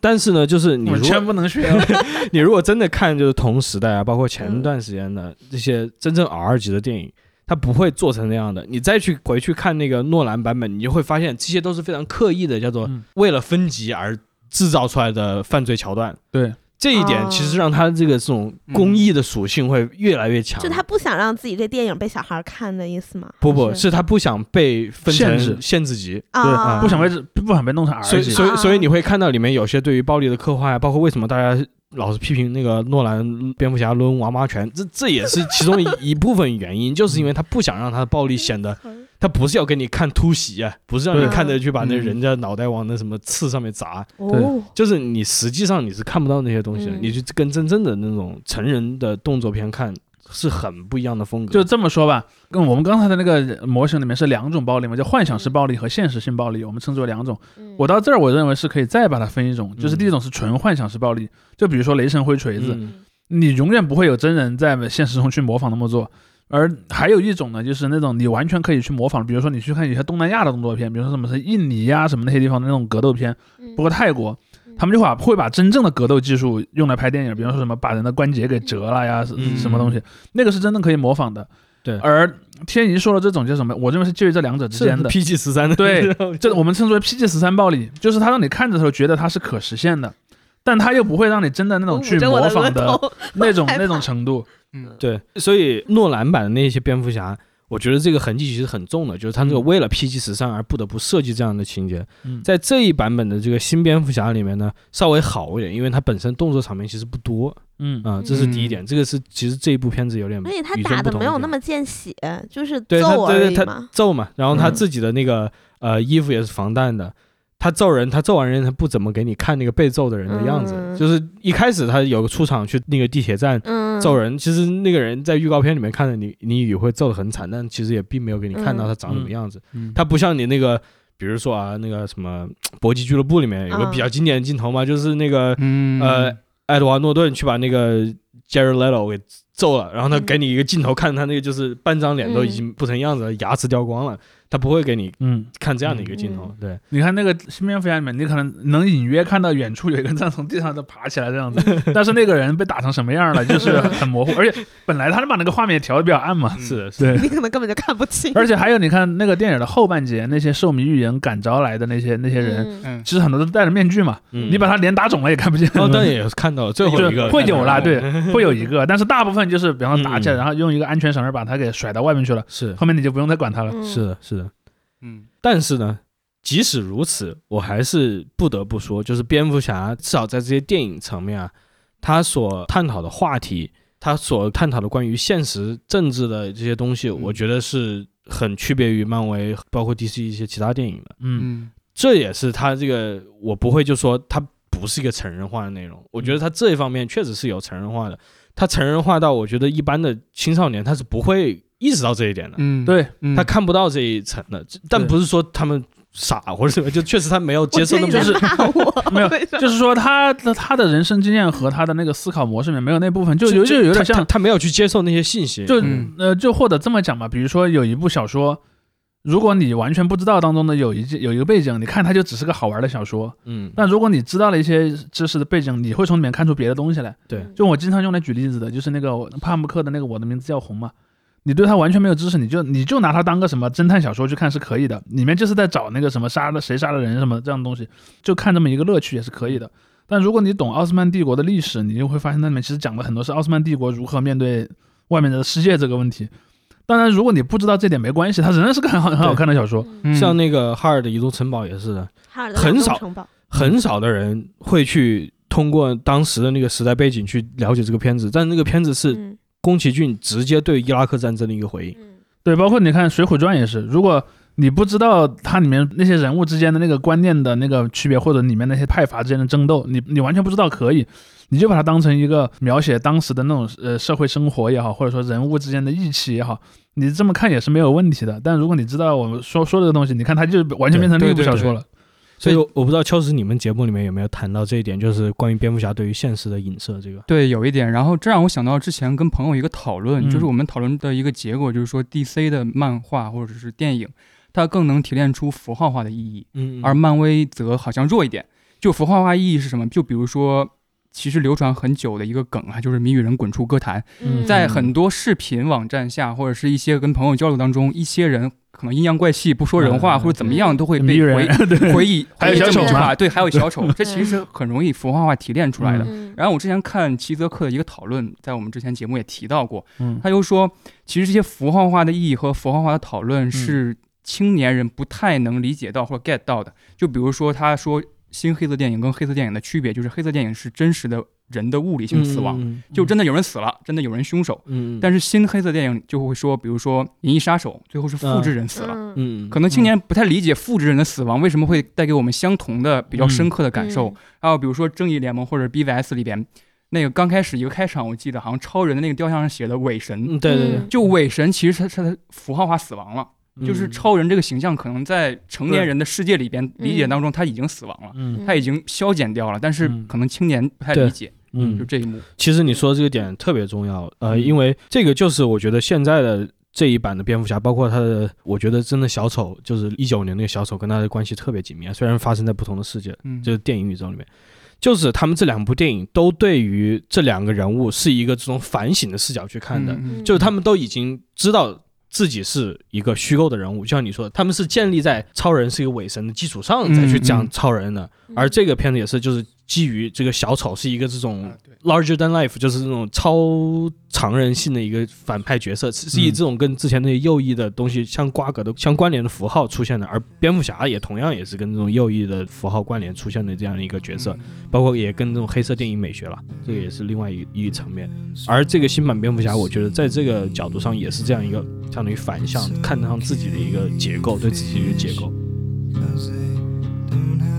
Speaker 1: 但是呢，就是你
Speaker 3: 我
Speaker 1: 如果
Speaker 3: 全不能
Speaker 2: 啊
Speaker 3: *laughs* 学，
Speaker 1: *laughs* 你如果真的看就是同时代啊，包括前
Speaker 2: 嗯
Speaker 1: 段时间的这些真正 R 级的电影，它不会做成那样的。你再去回去看那个诺兰版本，你就会发现这些都是非常刻意的，叫做
Speaker 3: 嗯
Speaker 1: 为了分级而制造出来的犯罪桥段。
Speaker 3: 对，
Speaker 1: 这一点其实让他这个这种公益的属性会越来越强。
Speaker 2: 就他不想让自己这电影被小孩看的意思吗？
Speaker 1: 不不
Speaker 2: 还
Speaker 1: 是他不想被分
Speaker 3: 限
Speaker 1: 成
Speaker 3: 制
Speaker 1: 限制级，
Speaker 2: 啊，
Speaker 3: 不想被不想被弄成儿
Speaker 1: 所以
Speaker 3: 戏
Speaker 1: 所。
Speaker 2: 啊
Speaker 1: 以所以你会看到里面有些对于暴力的刻画呀，包括为什么大家老是批评那个诺兰嗯蝙蝠侠抡娃娃拳，这这也是其中一一部分原因，就是
Speaker 2: 嗯
Speaker 1: 因为他不想让他的暴力显得他不是要给你看突袭啊，不是让你
Speaker 2: 对
Speaker 1: 看着去把那
Speaker 4: 嗯
Speaker 1: 人家脑袋往那什么刺上面砸，
Speaker 2: 哦，
Speaker 1: 就是你实际上你是看不到那些东西的，
Speaker 2: 嗯
Speaker 1: 你去跟真正的那种成人的动作片看是很不一样的风格。
Speaker 3: 就这么说吧，跟我们刚才的那个模型里面是两种暴力嘛，叫幻想式暴力和现实性暴力，我们称之为两种。
Speaker 2: 嗯
Speaker 3: 我到这儿，我认为是可以再把它分一种，就是第一种是纯幻想式暴力，就比如说雷神挥锤子，
Speaker 1: 嗯
Speaker 3: 你永远不会有真人在现实中去模仿那么做。而还有一种呢，就是那种你完全可以去模仿，比如说你去看有些东南亚的动作片，比如说什么是印尼呀、什么那些地方的那种格斗片，包括泰国，嗯
Speaker 2: 嗯
Speaker 3: 他们就把会把真正的格斗技术用来拍电影，比方说什么把人的关节给折了呀，是
Speaker 1: 嗯
Speaker 3: 什么东西，那个是真的可以模仿的。
Speaker 1: 对
Speaker 3: 而天怡说的这种叫什么？我认为是介于这两者之
Speaker 1: 是
Speaker 3: 间的。
Speaker 1: PG 十三的，
Speaker 3: 对，这我们称之为 PG 十三暴力，就是它让你看着的时候觉得它是可实现的，但它又不会让你真的
Speaker 2: 哦
Speaker 3: 那种去模
Speaker 2: *laughs*
Speaker 3: 仿的嗯那种
Speaker 2: 害怕
Speaker 3: 那种程度。
Speaker 4: 嗯，
Speaker 1: 对，所以诺兰版的那些蝙蝠侠，我觉得这个痕迹其实很重的，就是他这个为了 PG 十三而不得不设计这样的情节。
Speaker 3: 嗯
Speaker 1: 在这一版本的这个新蝙蝠侠里面呢，稍微好一点，因为它本身动作场面其实不多
Speaker 3: 嗯
Speaker 1: 啊、这是第一点。这个是其实这一部片子有点
Speaker 2: 而且他
Speaker 1: 与众
Speaker 2: 打
Speaker 1: 不
Speaker 2: 的
Speaker 1: 同
Speaker 2: 没有那
Speaker 1: 点
Speaker 2: 么见血，就是
Speaker 1: 对他
Speaker 2: 揍而
Speaker 1: 对
Speaker 2: 已
Speaker 1: 对他
Speaker 2: 嘛。
Speaker 1: 揍嘛，然后他
Speaker 3: 嗯
Speaker 1: 自己的那个、呃衣服也是防弹的。他揍人，他揍完人，他不怎么给你看那个被揍的人的样子，
Speaker 2: 嗯
Speaker 1: 就是一开始他有个出场去那个地铁站 *laughs*
Speaker 2: 嗯，
Speaker 1: 揍人，其实那个人在预告片里面看着你，你以为会揍得很惨，但其实也并没有给你看到他长什么样子。
Speaker 4: 嗯
Speaker 1: 他不像你那个，比如说啊，那个什么《搏击俱乐部》里面有个
Speaker 2: 嗯
Speaker 1: 比较经典的镜头嘛，就是那个
Speaker 4: 嗯
Speaker 1: 呃爱德华诺顿去把那个 Jared Leto 给揍了，然后他
Speaker 2: 嗯
Speaker 1: 给你一个镜头，看他那个就是半张脸都已经不成样子了，牙齿掉光了，他不会给你
Speaker 3: 嗯，
Speaker 1: 看这样的一个镜头。对，
Speaker 3: 你看那个新蝙蝠侠里面，你可能能隐约看到远处有一个人从地上都爬起来这样子，但是那个人被打成什么样了，就是很模糊，而且本来他就把那个画面调的比较暗嘛。
Speaker 1: 是的，是的
Speaker 3: 对，
Speaker 2: 你可能根本就看不清。
Speaker 3: 而且还有，你看那个电影的后半截，那些受迷预言感召来的那些那些人，
Speaker 2: 嗯
Speaker 4: 嗯
Speaker 3: 其实很多都戴着面具嘛，
Speaker 1: 嗯
Speaker 3: 你把他脸打肿了也看不见。
Speaker 1: 哦，
Speaker 3: *laughs*
Speaker 1: 但也是看到了最后
Speaker 3: 嗯就
Speaker 1: 一个
Speaker 3: 会有啦，
Speaker 1: 看到了
Speaker 3: 对，会有一个，但是大部分就是，比方说打起来，
Speaker 1: 嗯
Speaker 3: 然后用一个安全绳儿把他给甩到外面去了，
Speaker 1: 是
Speaker 3: 后面你就不用再管他了。
Speaker 2: 嗯
Speaker 1: 是的，是的。
Speaker 4: 嗯
Speaker 1: 但是呢，即使如此，我还是不得不说，就是蝙蝠侠至少在这些电影层面啊，他所探讨的话题，他所探讨的关于现实政治的这些东西，我觉得是很区别于漫威包括 DC 一些其他电影的。
Speaker 3: 嗯，
Speaker 4: 嗯
Speaker 1: 这也是他这个我不会就说他不是一个成人化的内容，我觉得他这一方面确实是有成人化的，他成人化到我觉得一般的青少年他是不会意识到这一点的。
Speaker 4: 嗯，
Speaker 3: 对，
Speaker 4: 嗯，
Speaker 1: 他看不到这一层的，这但
Speaker 3: 对
Speaker 1: 不是说他们傻或者什么，就确实他没有接受那
Speaker 2: 我
Speaker 1: 么
Speaker 2: 觉
Speaker 1: 多
Speaker 2: 得你在骂我，
Speaker 3: 没有
Speaker 2: 为
Speaker 3: *laughs*
Speaker 2: 什么
Speaker 3: 就是说他的他的人生经验和他的那个思考模式里面没有那部分，就有就有点
Speaker 1: 他他
Speaker 3: 像，
Speaker 1: 他没有去接受那些信息，
Speaker 3: 就
Speaker 4: 嗯
Speaker 3: 呃就或者这么讲吧，比如说有一部小说。如果你完全不知道当中的有一件有一个背景，你看它就只是个好玩的小说。
Speaker 1: 嗯，
Speaker 3: 但如果你知道了一些知识的背景，你会从里面看出别的东西来。
Speaker 1: 对
Speaker 2: 嗯
Speaker 3: 就我经常用来举例子的，就是那个我帕慕克的那个《我的名字叫红》嘛。你对他完全没有知识，你就你就拿它当个什么侦探小说去看是可以的，里面就是在找那个什么杀了谁杀了人什么这样的东西，就看这么一个乐趣也是可以的。但如果你懂奥斯曼帝国的历史，你就会发现那里面其实讲了很多是奥斯曼帝国如何面对外面的世界这个问题。当然，如果你不知道这点没关系，它仍然是个很好很好看的小说。
Speaker 4: 嗯
Speaker 1: 像那个哈尔的移动城堡也是的，
Speaker 2: 哈尔的
Speaker 1: 很
Speaker 2: 劳动
Speaker 1: 少
Speaker 2: 城堡
Speaker 1: 很少的人会去通过当时的那个时代背景去了解这个片子，但那个片子是
Speaker 2: 嗯
Speaker 1: 宫崎骏直接对伊拉克战争的一个回应，
Speaker 2: 嗯
Speaker 3: 对，包括你看《水浒传》也是，如果你不知道它里面那些人物之间的那个观念的那个区别，或者里面那些派阀之间的争斗，你你完全不知道，可以，你就把它当成一个描写当时的那种呃社会生活也好，或者说人物之间的义气也好，你这么看也是没有问题的。但如果你知道我们说说的东西，你看它就完全变成另一部
Speaker 1: 对对
Speaker 3: 小说了。
Speaker 1: 所以我我不知道秋实你们节目里面有没有谈到这一点，就是关于蝙蝠侠对于现实的影射这个，
Speaker 4: 对，有一点。然后这让我想到之前跟朋友一个讨论，就是
Speaker 3: 嗯
Speaker 4: 我们讨论的一个结果，就是说 DC 的漫画或者是电影，它更能提炼出符号化的意义，
Speaker 1: 嗯
Speaker 4: 而漫威则好像弱一点。就符号化意义是什么？就比如说，其实流传很久的一个梗啊，就是谜语人滚出歌坛，
Speaker 3: 嗯
Speaker 2: 嗯
Speaker 4: 在很多视频网站下或者是一些跟朋友交流当中，一些人可能阴阳怪气、不说人话、
Speaker 3: 嗯
Speaker 4: 或者怎么样，都会
Speaker 3: 迷
Speaker 4: 被回
Speaker 3: 人， *laughs* 对，
Speaker 4: 回忆。
Speaker 3: 还有
Speaker 4: 回忆
Speaker 2: 小
Speaker 4: 这么
Speaker 2: 丑
Speaker 4: 一句
Speaker 3: 嘛
Speaker 4: 话对，还有小丑，这其实很容易符号化提炼出来的。
Speaker 2: 嗯
Speaker 4: 然后我之前看齐泽克的一个讨论，在我们之前节目也提到过，
Speaker 3: 嗯
Speaker 4: 他就说，其实这些符号化的意义和符号化的讨
Speaker 1: 嗯
Speaker 4: 论是青年人不太能理解到或者 get 到的。就比如说，他说新黑色电影跟黑色电影的区别，就是黑色电影是真实的人的物理性死亡，
Speaker 1: 嗯
Speaker 4: 就真的有人死了，真的有人凶手。
Speaker 1: 嗯，
Speaker 4: 但是新黑色电影就会说，比如说《银翼杀手》，最后是复制人死了。
Speaker 2: 嗯
Speaker 1: 嗯，
Speaker 4: 可能青年不太理解复制人的死亡为什么会带给我们相同的、比较
Speaker 1: 嗯
Speaker 4: 深刻的感受。还有比如说《正义联盟》或者 BVS 里边，那个刚开始一个开场，我记得好像超人的那个雕像上写的伪神，
Speaker 1: 嗯，对对
Speaker 2: 嗯
Speaker 1: 对，
Speaker 4: 就伪神其实他他符号化死亡了，就是
Speaker 1: 嗯，
Speaker 4: 超人这个形象可能在成年人的世界里边理解当中他已经死亡了，
Speaker 3: 嗯
Speaker 4: 他已经消减掉了，但是
Speaker 3: 嗯
Speaker 4: 可能青年不太
Speaker 1: 对
Speaker 4: 理解，
Speaker 1: 嗯
Speaker 4: 就这一幕。
Speaker 1: 其实你说的这个点特别重要，呃，
Speaker 4: 嗯
Speaker 1: 因为这个就是我觉得现在的这一版的蝙蝠侠，包括他的，我觉得真的小丑，就是一九年那个小丑跟他的关系特别紧密，啊，虽然发生在不同的世界，
Speaker 4: 嗯，
Speaker 1: 就是电影宇宙里面，就是他们这两部电影都对于这两个人物是一个这种反省的视角去看的，
Speaker 4: 嗯
Speaker 1: 就是他们都已经知道。自己是一个虚构的人物，就像你说的，他们是建立在超人是一个伪神的基础上再去
Speaker 4: 嗯
Speaker 1: 讲
Speaker 4: 嗯
Speaker 1: 超人的，而这个片子也是就是基于这个小丑是一个这种 larger than life，就是这种超常人性的一个反派角色，是是以
Speaker 3: 嗯
Speaker 1: 这种跟之前那些右翼的东西相瓜葛的、相关联的符号出现的。而蝙蝠侠也同样也是跟这种右翼的符号关联出现的这样的一个角
Speaker 4: 嗯
Speaker 1: 色，包括也跟这种黑色电影美学了，这个也是另外一一层面。而这个新版蝙蝠侠，我觉得在这个角度上也是这样一个相当于反向看上自己的一个结构，对自己的一个结构。
Speaker 5: Cause they don't have Mm. Mm.